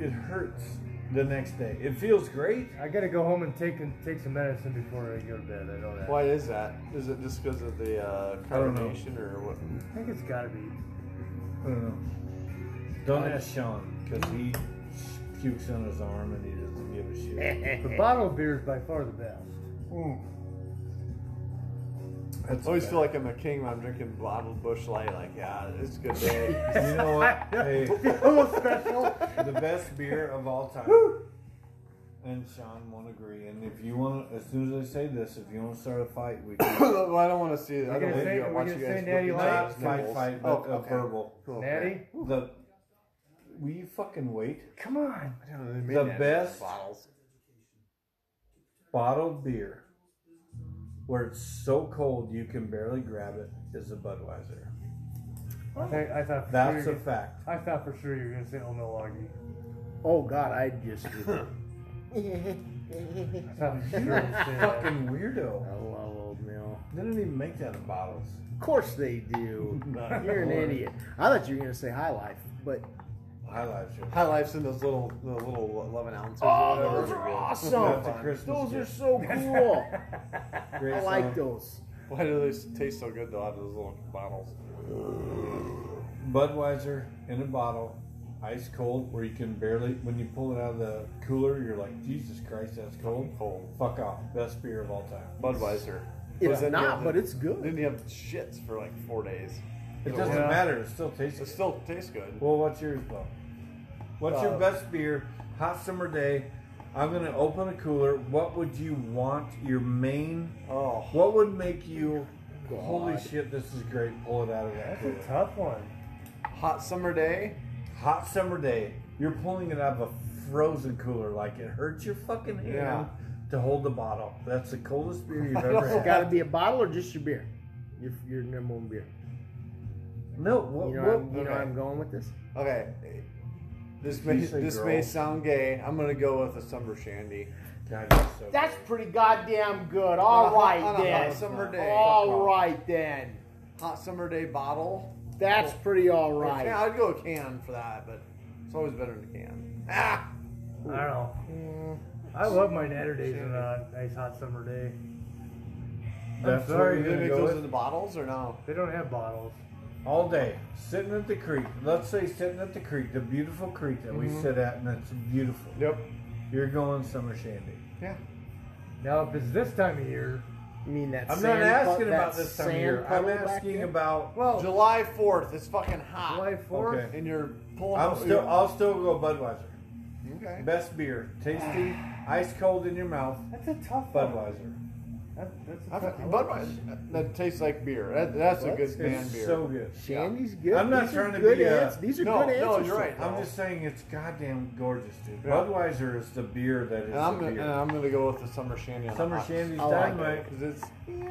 Speaker 3: it hurts the next day. It feels great.
Speaker 2: I gotta go home and take take some medicine before I go to bed. I know that.
Speaker 1: Why is that? Is it just because of the uh,
Speaker 3: I don't know.
Speaker 1: carbonation or what?
Speaker 2: I think it's gotta be.
Speaker 3: I don't know. Don't ask Sean because he pukes on his arm and he doesn't give a shit.
Speaker 2: The bottle of beer is by far the best.
Speaker 3: That's
Speaker 1: I always
Speaker 3: bad.
Speaker 1: feel like I'm a king when I'm drinking bottled Bush Light. Like, yeah, it's a good day.
Speaker 3: you know what? Hey,
Speaker 2: Feel special.
Speaker 3: the best beer of all time. And Sean won't agree. And if you want, to, as soon as I say this, if you want to start a fight, we can
Speaker 1: Well, I don't want to see it. I don't
Speaker 2: We're gonna
Speaker 1: want
Speaker 2: say-
Speaker 1: to
Speaker 2: we're
Speaker 1: watch you
Speaker 2: gonna
Speaker 1: guys.
Speaker 2: say Natty
Speaker 1: fucking
Speaker 2: Light?
Speaker 1: chase
Speaker 3: not fight,
Speaker 1: nipples.
Speaker 3: fight,
Speaker 1: Oh,
Speaker 3: but a
Speaker 1: okay.
Speaker 3: verbal.
Speaker 1: Cool.
Speaker 2: Natty,
Speaker 3: The will you fucking wait?
Speaker 2: come on.
Speaker 1: I don't know, they made
Speaker 3: The
Speaker 1: that in
Speaker 3: best-
Speaker 1: bottles.
Speaker 3: Bottled beer, where it's so cold you can barely grab it, is a Budweiser.
Speaker 2: I, think- I thought for
Speaker 3: That's
Speaker 2: sure
Speaker 3: a
Speaker 2: you-
Speaker 3: fact.
Speaker 2: I thought for sure you were gonna say old Milwaukee.
Speaker 4: Oh god, I just.
Speaker 2: I thought for sure. you were gonna say that.
Speaker 3: Fucking weirdo.
Speaker 4: I love old Mill.
Speaker 3: no. They didn't even make that in bottles.
Speaker 4: Of course they do. You're an idiot. I thought you were gonna say high life, but
Speaker 3: Highlights.
Speaker 1: High Life's in those little, the little eleven ounces. or
Speaker 4: oh,
Speaker 1: whatever.
Speaker 4: those are awesome.
Speaker 3: That's a Christmas
Speaker 4: Those are
Speaker 3: gift.
Speaker 4: so cool.
Speaker 1: Great
Speaker 4: I like
Speaker 1: song.
Speaker 4: those.
Speaker 1: Why do they s- taste so good though? Out of those little bottles.
Speaker 3: Budweiser in a bottle, ice cold, where you can barely, when you pull it out of the cooler, you're like, Jesus Christ, that's cold.
Speaker 1: Cold.
Speaker 3: Fuck off. Best beer of all time.
Speaker 1: Budweiser.
Speaker 4: It's
Speaker 1: then you
Speaker 4: not,
Speaker 1: have
Speaker 4: but it's good.
Speaker 1: Then you have shits for like four days.
Speaker 3: It doesn't
Speaker 2: Yeah.
Speaker 3: matter. It still tastes
Speaker 1: It
Speaker 3: good.
Speaker 1: still tastes good.
Speaker 3: Well, what's yours, Bo? What's your
Speaker 1: Uh,
Speaker 3: best beer? Hot summer day. I'm gonna open a cooler. What would you want? Your main.
Speaker 1: Oh,
Speaker 3: What would make you? Holy shit! This is great. Pull it out of that
Speaker 2: That's a
Speaker 3: cooler.
Speaker 2: tough one.
Speaker 1: hot summer day.
Speaker 3: Hot summer day. You're pulling it out of a frozen cooler. Like it hurts your fucking hand
Speaker 1: Yeah.
Speaker 3: to hold the bottle. That's the coldest beer you've
Speaker 1: don't
Speaker 3: ever
Speaker 4: It's
Speaker 3: had.
Speaker 4: got to be a bottle or just your beer. Your, your number one beer.
Speaker 3: No. What?
Speaker 4: You know,
Speaker 3: what
Speaker 4: I'm, you know
Speaker 1: okay.
Speaker 4: where I'm going with this.
Speaker 1: Okay, this may
Speaker 3: You say
Speaker 1: this may
Speaker 3: girl.
Speaker 1: sound gay. I'm gonna go with a summer shandy.
Speaker 3: God, that's so
Speaker 4: That's
Speaker 3: good.
Speaker 4: pretty goddamn
Speaker 1: On
Speaker 4: good. All
Speaker 1: a-
Speaker 4: right
Speaker 1: on a hot
Speaker 4: then.
Speaker 1: summer day.
Speaker 4: All right then.
Speaker 1: Hot summer day bottle.
Speaker 4: That's pretty all right.
Speaker 1: Yeah, I'd go a can for that, but it's always better than a can. Ah,
Speaker 2: I don't know. I love my natter days on a nice hot summer day.
Speaker 3: That's what
Speaker 2: sorry,
Speaker 1: do
Speaker 3: we're
Speaker 1: they
Speaker 3: gonna
Speaker 1: make
Speaker 3: go
Speaker 1: those
Speaker 3: with.
Speaker 1: in the bottles or no?
Speaker 2: They don't have bottles.
Speaker 3: all day sitting at the creek. Let's say sitting at the creek, the beautiful creek that we sit at, and it's beautiful.
Speaker 1: Yep.
Speaker 3: You're going summer shandy.
Speaker 1: Yeah.
Speaker 2: Now, if it's this time of year,
Speaker 4: I mean that.
Speaker 3: I'm not
Speaker 4: sand
Speaker 3: asking
Speaker 4: pu-
Speaker 3: about
Speaker 4: that
Speaker 3: this time of
Speaker 4: sand
Speaker 3: year. I'm
Speaker 4: puddle back
Speaker 3: asking
Speaker 4: there?
Speaker 3: about.
Speaker 2: well,
Speaker 1: July 4th. It's fucking hot.
Speaker 2: July 4th,
Speaker 3: Ah, Okay.
Speaker 1: And you're pulling.
Speaker 3: I'm
Speaker 1: out
Speaker 3: still.
Speaker 1: your-
Speaker 3: I'll still go Budweiser.
Speaker 1: Okay.
Speaker 3: Best beer, tasty, ice cold in your mouth.
Speaker 2: that's a tough one.
Speaker 3: Budweiser.
Speaker 2: That, that's a
Speaker 1: I've,
Speaker 2: tough one.
Speaker 1: Budweiser. That, that tastes like beer. That, that's a good man
Speaker 3: It's
Speaker 1: beer.
Speaker 3: so good.
Speaker 4: Shandy's good.
Speaker 3: I'm not
Speaker 4: These are
Speaker 3: trying to
Speaker 4: good
Speaker 3: be, uh,
Speaker 4: ans- These are
Speaker 1: no,
Speaker 4: good answers.
Speaker 1: no, you're right.
Speaker 3: I'm just saying it's goddamn gorgeous, dude.
Speaker 1: Yeah.
Speaker 3: Budweiser is the beer that is
Speaker 1: and I'm
Speaker 3: the
Speaker 1: gonna, and
Speaker 3: beer.
Speaker 1: I'm gonna go with the summer shandy. On
Speaker 3: Summer
Speaker 1: the hot-
Speaker 3: Shandy's
Speaker 4: I like
Speaker 3: dynamite.
Speaker 1: because it's. Yeah, you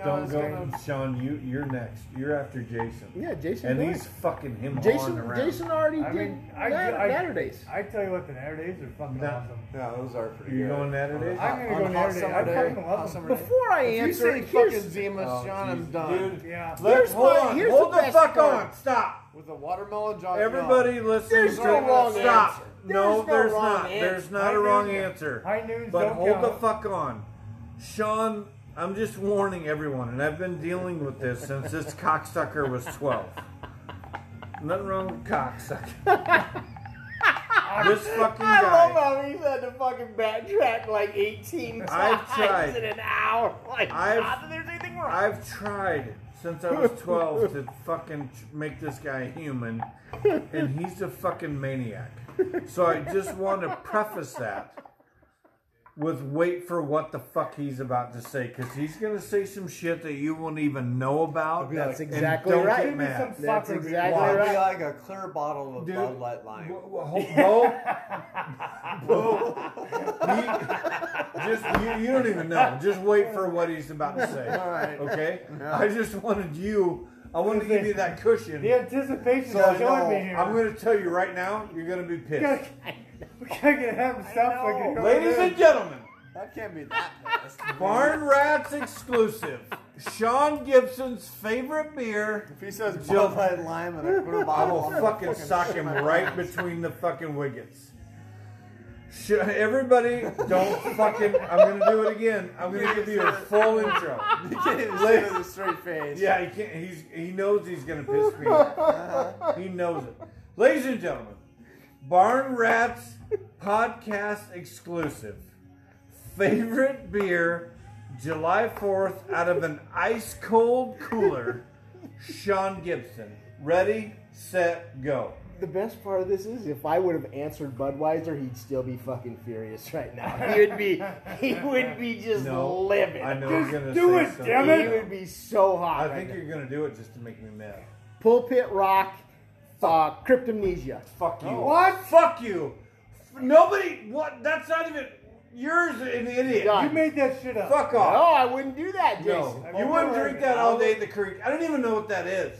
Speaker 1: know,
Speaker 3: Don't
Speaker 1: it's
Speaker 3: go,
Speaker 1: kind of-
Speaker 3: Sean. You you're next. You're after Jason.
Speaker 4: Yeah, Jason.
Speaker 3: And
Speaker 4: Miller.
Speaker 3: he's fucking him on
Speaker 4: Jason.
Speaker 3: around.
Speaker 4: Jason already
Speaker 2: I
Speaker 4: did
Speaker 2: mean, I,
Speaker 4: Nat-
Speaker 2: I,
Speaker 4: Natterdays.
Speaker 2: I tell you what, the natter days are fucking
Speaker 3: Nah.
Speaker 2: awesome.
Speaker 1: Yeah, those are pretty
Speaker 3: You're
Speaker 1: good.
Speaker 3: going that it is?
Speaker 2: I'm gonna
Speaker 1: On
Speaker 2: go
Speaker 1: a
Speaker 2: natter
Speaker 1: hot
Speaker 2: days.
Speaker 1: summer
Speaker 2: I
Speaker 1: day.
Speaker 2: fucking
Speaker 1: Hot
Speaker 2: love them.
Speaker 1: summer day.
Speaker 4: Before I
Speaker 1: If you
Speaker 4: answer,
Speaker 1: say
Speaker 4: it, here's,
Speaker 1: fucking Zima,
Speaker 3: Oh,
Speaker 1: Sean, I'm
Speaker 3: Jesus.
Speaker 1: done.
Speaker 3: Dude,
Speaker 2: Yeah.
Speaker 3: Let's
Speaker 4: Here's
Speaker 3: hold
Speaker 4: my-
Speaker 3: on.
Speaker 4: here's
Speaker 3: Hold
Speaker 4: the
Speaker 3: the,
Speaker 4: best
Speaker 3: fuck
Speaker 4: part.
Speaker 3: on. Stop.
Speaker 1: With a watermelon jalapeno.
Speaker 3: Everybody listen.
Speaker 4: There's
Speaker 3: to
Speaker 4: no
Speaker 3: me.
Speaker 4: wrong
Speaker 3: Stop.
Speaker 4: answer.
Speaker 3: No,
Speaker 4: There's no
Speaker 3: there's
Speaker 4: wrong
Speaker 3: not.
Speaker 4: answer.
Speaker 3: There's not
Speaker 2: High
Speaker 3: a wrong
Speaker 2: noon-
Speaker 3: answer.
Speaker 2: high noons
Speaker 3: But
Speaker 2: don't
Speaker 3: hold the
Speaker 2: count.
Speaker 3: fuck on. Sean, I'm just warning everyone, and I've been dealing with this since this cocksucker was 12. Nothing wrong with cocksucker. this fucking
Speaker 4: I
Speaker 3: guy.
Speaker 4: love how he's had to fucking backtrack like 18 times
Speaker 3: I've tried.
Speaker 4: in an hour. Like,
Speaker 3: I've-
Speaker 4: not that there's anything wrong.
Speaker 3: I've tried since I was 12 to fucking ch- make this guy human, and he's a fucking maniac. So I just want to preface that with wait for what the fuck he's about to say, because he's going to say some shit that you won't even know about.
Speaker 4: That's
Speaker 3: and
Speaker 4: exactly
Speaker 3: don't
Speaker 4: right.
Speaker 3: Get
Speaker 2: Give me
Speaker 3: mad.
Speaker 2: some
Speaker 4: That's
Speaker 2: fucking
Speaker 4: exactly
Speaker 1: Why
Speaker 4: right.
Speaker 1: would you like a clear bottle of
Speaker 3: Dude,
Speaker 1: Bud Light Lime?
Speaker 3: Whoa, whoa, hold- Bo, Bo, you- just you, you don't even know. Just wait for what he's about to say. All
Speaker 1: right.
Speaker 3: Okay. I just wanted you. I wanted to give you that cushion.
Speaker 2: The anticipation
Speaker 1: So I
Speaker 2: is killing me
Speaker 1: know,
Speaker 2: here.
Speaker 3: I'm going to tell you right now. You're going to be
Speaker 2: we gotta,
Speaker 3: pissed,
Speaker 2: we gotta get him stuff
Speaker 1: know.
Speaker 2: like
Speaker 3: ladies and gentlemen.
Speaker 1: That can't be that fast.
Speaker 3: Barn Rats exclusive. Sean Gibson's favorite beer.
Speaker 1: If he says
Speaker 3: Jill-
Speaker 1: Bud Light Lime and a clear
Speaker 3: I
Speaker 1: bottle,
Speaker 3: will
Speaker 1: I'm
Speaker 3: fucking sock him right between the fucking wiggets. Sh- Everybody, don't fucking. I'm gonna do it again. I'm gonna give you a full intro.
Speaker 1: You can't even say it with a straight face.
Speaker 3: Yeah, he can't. He's he knows he's gonna piss me off. He knows it. Ladies and gentlemen, Barn Rats podcast exclusive. Favorite beer, July Fourth, out of an ice cold cooler. Sean Gibson, ready, set, go.
Speaker 4: The best part of this is if I would have answered Budweiser, he'd still be fucking furious right now. He would be, he would be just
Speaker 3: No,
Speaker 4: livid.
Speaker 3: I know you're gonna
Speaker 2: do
Speaker 3: say
Speaker 2: it,
Speaker 3: something.
Speaker 2: damn
Speaker 4: He would be so
Speaker 3: I
Speaker 4: hot. right
Speaker 3: think
Speaker 4: now.
Speaker 3: you're gonna do it just to make me mad.
Speaker 4: Pulpit Rock, uh, Cryptomnesia.
Speaker 3: Fuck
Speaker 2: Oh.
Speaker 3: you.
Speaker 2: What?
Speaker 3: Fuck you. F- Nobody. What? That's not even. You're an idiot.
Speaker 4: Yeah.
Speaker 2: you made that shit up.
Speaker 3: Fuck
Speaker 4: No,
Speaker 3: off.
Speaker 4: I wouldn't do that, Jason.
Speaker 3: No. You
Speaker 2: I've
Speaker 3: wouldn't
Speaker 2: never
Speaker 3: drink
Speaker 2: heard
Speaker 3: that
Speaker 2: it.
Speaker 3: all day at the creek. I don't even know what that is.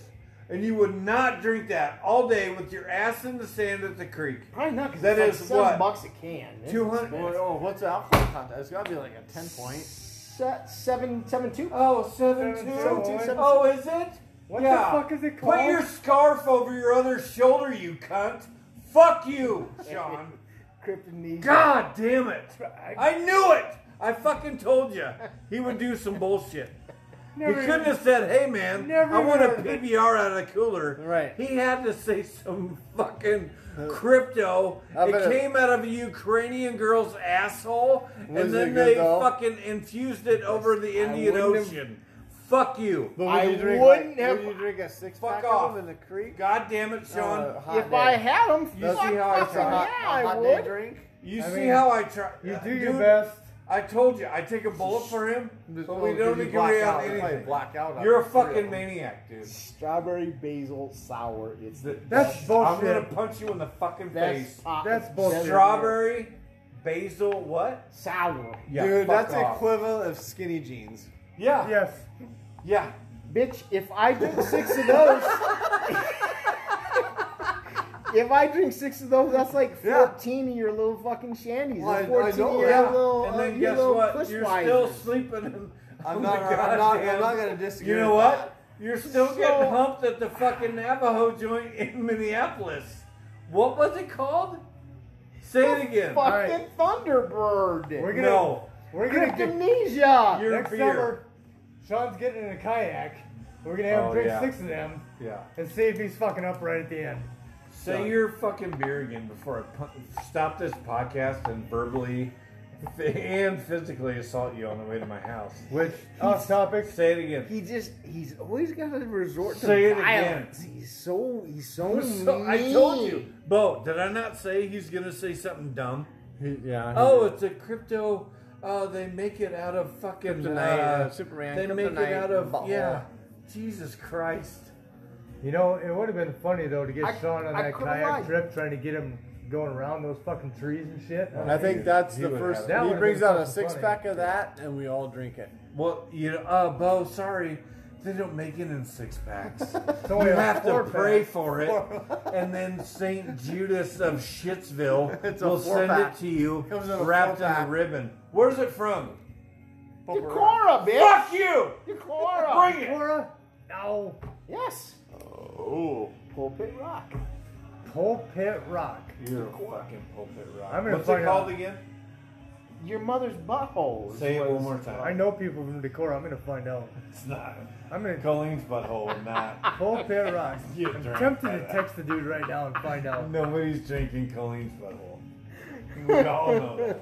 Speaker 3: And you would not drink that all day with your ass in the sand at the creek.
Speaker 4: Probably not because
Speaker 3: That is
Speaker 4: it's like seven
Speaker 3: what?
Speaker 4: bucks a can.
Speaker 3: Two hundred.
Speaker 2: oh.
Speaker 1: Well, oh, what's the alcohol content? It's got to be like a 10 point.
Speaker 4: se- seven seven two.
Speaker 3: Oh, seven
Speaker 2: Seven
Speaker 3: two.
Speaker 2: two,
Speaker 4: seven two.
Speaker 3: Oh, is it?
Speaker 2: What
Speaker 3: Yeah.
Speaker 2: the fuck is it called?
Speaker 3: Put your scarf over your other shoulder, you cunt. Fuck you, Sean.
Speaker 4: Kryptonese.
Speaker 3: God damn it! I knew it. I fucking told you he would do some bullshit. He
Speaker 2: Never
Speaker 3: couldn't have said, "Hey man,
Speaker 2: Never
Speaker 3: I want a
Speaker 2: heard of it.
Speaker 3: PBR out of the cooler."
Speaker 1: Right.
Speaker 3: He had to say some fucking crypto.
Speaker 1: I
Speaker 3: It
Speaker 1: bet it-
Speaker 3: came out of a Ukrainian girl's asshole,
Speaker 1: Was
Speaker 3: and
Speaker 1: it
Speaker 3: then
Speaker 1: good,
Speaker 3: they
Speaker 1: though?
Speaker 3: fucking infused it over the Indian
Speaker 1: wouldn't have-
Speaker 3: Ocean. Fuck you.
Speaker 1: But would
Speaker 4: I
Speaker 1: you drink,
Speaker 4: wouldn't
Speaker 1: like,
Speaker 4: have-
Speaker 1: Would you drink a six
Speaker 3: Fuck
Speaker 1: pack
Speaker 3: off.
Speaker 1: of them in the creek?
Speaker 3: God damn
Speaker 1: Uh,
Speaker 3: it, Sean.
Speaker 1: On a hot
Speaker 4: If
Speaker 1: day.
Speaker 4: I had them,
Speaker 1: you see how it's a hot,
Speaker 4: yeah,
Speaker 1: a
Speaker 4: I
Speaker 1: hot day
Speaker 4: would.
Speaker 1: drink?
Speaker 3: you
Speaker 2: I
Speaker 3: see
Speaker 2: mean,
Speaker 3: how I try?
Speaker 2: You
Speaker 3: uh,
Speaker 2: do your
Speaker 3: dude,
Speaker 2: best.
Speaker 3: I told you, I take a bullet for him,
Speaker 1: Just
Speaker 3: but
Speaker 1: go-
Speaker 3: we don't
Speaker 1: you black out. You
Speaker 3: agree on
Speaker 1: probably
Speaker 3: anything.
Speaker 1: black out on
Speaker 3: You're a
Speaker 1: the three of them.
Speaker 3: fucking maniac, dude.
Speaker 4: Strawberry basil sour. It's the
Speaker 2: That's
Speaker 3: I'm gonna
Speaker 2: bullshit.
Speaker 3: punch you in the fucking face.
Speaker 4: best. pop-
Speaker 2: That's bullshit.
Speaker 3: Strawberry, basil, what?
Speaker 4: sour.
Speaker 3: Yeah,
Speaker 1: Dude,
Speaker 3: fuck
Speaker 1: that's
Speaker 3: off.
Speaker 1: equivalent of skinny jeans.
Speaker 3: Yeah, yeah,
Speaker 2: Yes.
Speaker 3: yeah.
Speaker 4: Bitch, if I drink six of those, if I drink six of those, that's like
Speaker 3: Yeah.
Speaker 4: fourteen of your little fucking shandies.
Speaker 1: Well, I- I
Speaker 4: That's fourteen
Speaker 1: know,
Speaker 4: of your
Speaker 1: yeah.
Speaker 4: little,
Speaker 3: and
Speaker 4: uh,
Speaker 3: then
Speaker 4: your
Speaker 3: guess
Speaker 4: little
Speaker 3: what?
Speaker 4: push
Speaker 3: You're still
Speaker 4: wisers.
Speaker 3: sleeping. In,
Speaker 1: I'm
Speaker 3: on
Speaker 1: not-
Speaker 3: the
Speaker 1: Oh I'm not- I'm
Speaker 3: goddamn-
Speaker 1: not gonna disagree
Speaker 3: You know
Speaker 1: with
Speaker 3: what?
Speaker 1: that.
Speaker 3: You're still
Speaker 4: So-
Speaker 3: getting humped at the fucking Navajo joint in Minneapolis. What was it called? Say it again.
Speaker 4: fucking Thunderbird.
Speaker 2: We're gonna.
Speaker 3: No,
Speaker 2: We're gonna get
Speaker 4: Kryptonesia.
Speaker 3: your
Speaker 2: next
Speaker 3: beer.
Speaker 2: summer. Sean's getting in a kayak. We're gonna have
Speaker 3: Oh,
Speaker 2: him drink
Speaker 3: yeah.
Speaker 2: six of them
Speaker 3: Yeah.
Speaker 2: and see if he's fucking up right at the end.
Speaker 3: Say your fucking beer again before I pu- stop this podcast and verbally and physically assault you on the way to my house.
Speaker 2: Which off topic.
Speaker 3: Say it again.
Speaker 4: He just he's always got to resort to
Speaker 3: Say it
Speaker 4: violence. He's so he's so,
Speaker 3: So,
Speaker 4: mean.
Speaker 3: I told you, Bo. Did I not say he's gonna say something dumb?
Speaker 1: Yeah.
Speaker 3: Oh, it's a crypto. Uh, they make it out of fucking
Speaker 1: Kryptonite,
Speaker 3: uh,
Speaker 1: uh, Superman,
Speaker 3: They make it
Speaker 1: kryptonite
Speaker 3: out of
Speaker 1: ball.
Speaker 3: yeah. Jesus Christ.
Speaker 2: You know, it would have been funny though to get
Speaker 4: I-
Speaker 2: Sean on
Speaker 4: I
Speaker 2: that
Speaker 4: could've
Speaker 2: kayak
Speaker 4: lied.
Speaker 2: trip, trying to get him going around those fucking trees and shit.
Speaker 1: I think that's
Speaker 3: He
Speaker 1: the
Speaker 3: would
Speaker 1: first.
Speaker 3: have
Speaker 2: it. That
Speaker 1: He
Speaker 2: would've
Speaker 1: brings
Speaker 2: been
Speaker 1: out a
Speaker 2: fucking
Speaker 1: six
Speaker 2: funny.
Speaker 1: pack of that, and we all drink it.
Speaker 3: Well, you know, uh, Bo. Sorry, they don't make it in six packs.
Speaker 2: So we
Speaker 3: You have to
Speaker 2: four-pack.
Speaker 3: pray for it, and then Saint Judas of Shittsville
Speaker 1: It's a
Speaker 3: will send
Speaker 1: four-pack.
Speaker 3: it to you
Speaker 1: Comes in a
Speaker 3: wrapped in a
Speaker 1: four-pack.
Speaker 3: ribbon. Where's it from?
Speaker 4: Decora, bitch.
Speaker 3: Fuck you!
Speaker 4: Decora.
Speaker 3: Bring it!
Speaker 2: Cora? No.
Speaker 4: Yes.
Speaker 3: Oh,
Speaker 4: Pulpit rock.
Speaker 2: Pulpit Rock.
Speaker 3: you're a fucking pulpit rock.
Speaker 2: I'm gonna
Speaker 3: What's it
Speaker 2: find
Speaker 3: called
Speaker 2: out.
Speaker 3: again?
Speaker 4: Your mother's butthole. is
Speaker 3: Say it
Speaker 4: what
Speaker 3: one
Speaker 4: it's-
Speaker 3: more
Speaker 2: I
Speaker 3: time.
Speaker 2: know people from Decorah. I'm gonna find out.
Speaker 3: It's not
Speaker 2: I'm gonna
Speaker 3: Colleen's butthole, not.
Speaker 2: Pulpit Rock.
Speaker 3: You
Speaker 2: I'm
Speaker 3: drank
Speaker 2: tempted to
Speaker 3: that.
Speaker 2: text the dude right now and find out.
Speaker 3: Nobody's drinking Colleen's butthole. We all know that.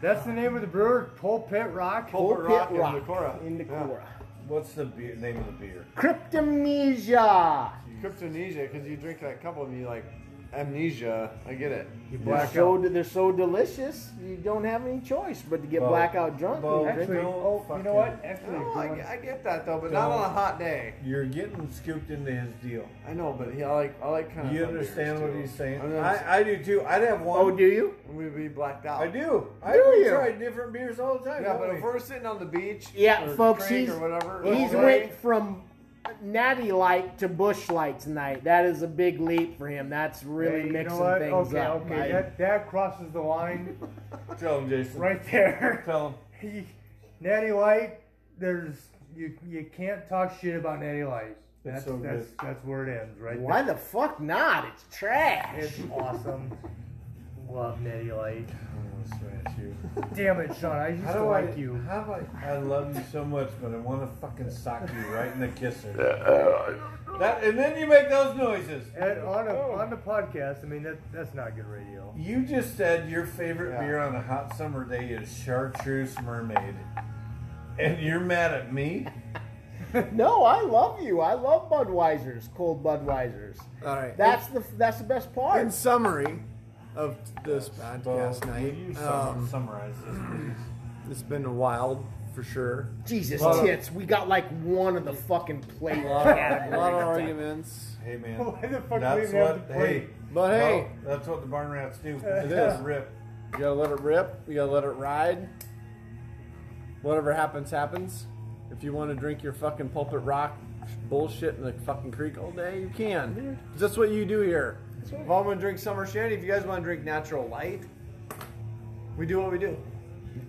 Speaker 2: That's the name of the brewer, Pulpit Rock.
Speaker 1: Pulpit
Speaker 4: Pulpit
Speaker 1: rock in
Speaker 4: rock
Speaker 1: Decorah.
Speaker 4: in Decorah.
Speaker 3: What's the beer, name of the beer?
Speaker 4: Cryptomnesia.
Speaker 1: Kryptonesia, because you drink that couple and you like amnesia. I get it.
Speaker 2: You
Speaker 4: They're
Speaker 2: black
Speaker 4: so, they're so delicious, you don't have any choice but to get
Speaker 3: Well,
Speaker 4: blackout drunk.
Speaker 3: well,
Speaker 4: and
Speaker 2: Actually,
Speaker 4: drink.
Speaker 2: oh, you know what? Actually,
Speaker 1: No, I,
Speaker 2: going-
Speaker 1: get- I get that though, but not on a hot day.
Speaker 3: You're getting scooped into his deal.
Speaker 1: I know, but he, I like I like kind of.
Speaker 3: You understand what he's saying?
Speaker 1: I, know,
Speaker 3: I, I do too. I'd have one.
Speaker 4: oh, do you?
Speaker 1: we we blacked out.
Speaker 3: I do. I
Speaker 4: Do
Speaker 3: we
Speaker 4: you?
Speaker 3: try different beers all the time.
Speaker 1: Yeah,
Speaker 3: don't
Speaker 1: but
Speaker 3: we?
Speaker 1: if we're sitting on the beach,
Speaker 4: Yeah,
Speaker 1: or
Speaker 4: folks,
Speaker 1: creek
Speaker 4: he's-
Speaker 1: or whatever,
Speaker 4: He's
Speaker 1: all day,
Speaker 4: went from natty light to bush light tonight. That is a big leap for him. That's really
Speaker 2: Hey, you know
Speaker 4: mixing
Speaker 2: what?
Speaker 4: things
Speaker 2: okay,
Speaker 4: up.
Speaker 2: Okay,
Speaker 4: I-
Speaker 2: that, that crosses the line
Speaker 3: tell him, Jason.
Speaker 2: right there.
Speaker 3: Tell him.
Speaker 2: You- Natty Light, there's you you can't talk shit about Natty Light. That's
Speaker 3: so
Speaker 2: that's
Speaker 3: good.
Speaker 2: that's where it ends, right?
Speaker 4: why the fuck not? It's trash.
Speaker 2: there. It's awesome. Love Natty Light.
Speaker 3: I'm gonna smash you.
Speaker 2: Damn it, Sean! I used
Speaker 3: How
Speaker 2: to
Speaker 3: do
Speaker 2: like
Speaker 3: I?
Speaker 2: you.
Speaker 3: How do I? I love you so much, but I want to fucking sock you right in the kisser. that and then you make those noises.
Speaker 2: And on a,
Speaker 3: Oh.
Speaker 2: on the podcast, I mean that that's not good radio.
Speaker 3: You just said your favorite
Speaker 1: Yeah.
Speaker 3: beer on a hot summer day is Chartreuse Mermaid, and you're mad at me.
Speaker 4: No, I love you. I love Budweisers, cold Budweisers.
Speaker 1: All right.
Speaker 4: That's the that's the best
Speaker 1: In
Speaker 4: part.
Speaker 1: summary of this
Speaker 3: Well,
Speaker 1: podcast
Speaker 3: will
Speaker 1: night,
Speaker 3: you sum-
Speaker 1: um,
Speaker 3: summarize this, please.
Speaker 1: it's been wild for sure.
Speaker 4: Jesus
Speaker 1: Well-
Speaker 4: tits, we got like one of the fucking plate
Speaker 1: A lot of,
Speaker 4: categories.
Speaker 1: a lot of arguments,
Speaker 3: Hey man,
Speaker 2: Why the fuck
Speaker 3: that's
Speaker 2: do we even have
Speaker 3: what.
Speaker 2: to play?
Speaker 3: Hey,
Speaker 1: but hey,
Speaker 3: no, that's what the barn rats do.
Speaker 2: It
Speaker 1: is.
Speaker 3: Rip.
Speaker 1: you gotta let it rip. You gotta let it ride. Whatever happens, happens. If you want to drink your fucking pulpit rock bullshit in the fucking creek all day, you can. That's what you do here. If I'm gonna drink summer shandy, if you guys want to drink natural light, we do what we do.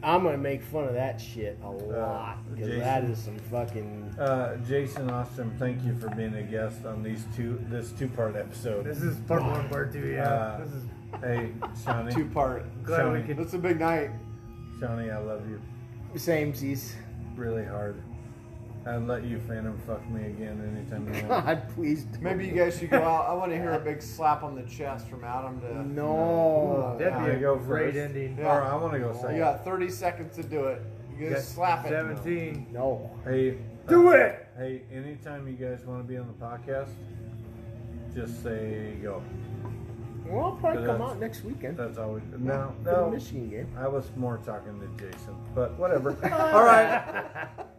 Speaker 4: I'm gonna make fun of that shit
Speaker 2: Uh,
Speaker 4: a lot because that
Speaker 3: Jason.
Speaker 4: is some fucking.
Speaker 3: Uh, Jason Ostrom, thank you for being a guest on these two this two part episode.
Speaker 2: This is part one, part two. Yeah,
Speaker 3: Uh,
Speaker 2: this is
Speaker 3: Hey, Shawnee,
Speaker 1: Two part.
Speaker 2: glad
Speaker 3: Tony.
Speaker 2: we could.
Speaker 1: That's a big night.
Speaker 3: Shawnee, I love you
Speaker 4: Same seas.
Speaker 3: really hard. I'd let you phantom fuck me again anytime you want.
Speaker 4: God, please. do
Speaker 1: Maybe you guys should go out. I want to hear a big slap on the chest from Adam to.
Speaker 4: No.
Speaker 2: That'd
Speaker 3: Yeah,
Speaker 2: be a
Speaker 3: go
Speaker 2: great
Speaker 3: first.
Speaker 2: ending. Oh,
Speaker 1: Yeah.
Speaker 3: Or I want to go second.
Speaker 1: You got 30 seconds to do it. You
Speaker 2: Got
Speaker 1: guys slap it.
Speaker 2: Seventeen.
Speaker 4: No.
Speaker 3: Hey,
Speaker 2: Do
Speaker 3: uh,
Speaker 2: it!
Speaker 3: Hey, anytime you guys want to be on the podcast, just say go.
Speaker 4: Well, I'll probably
Speaker 3: But
Speaker 4: come
Speaker 3: that's-
Speaker 4: out next weekend.
Speaker 3: That's all we. No,
Speaker 4: for the
Speaker 3: no.
Speaker 4: Michigan game.
Speaker 3: I was more talking to Jason, but whatever. all right.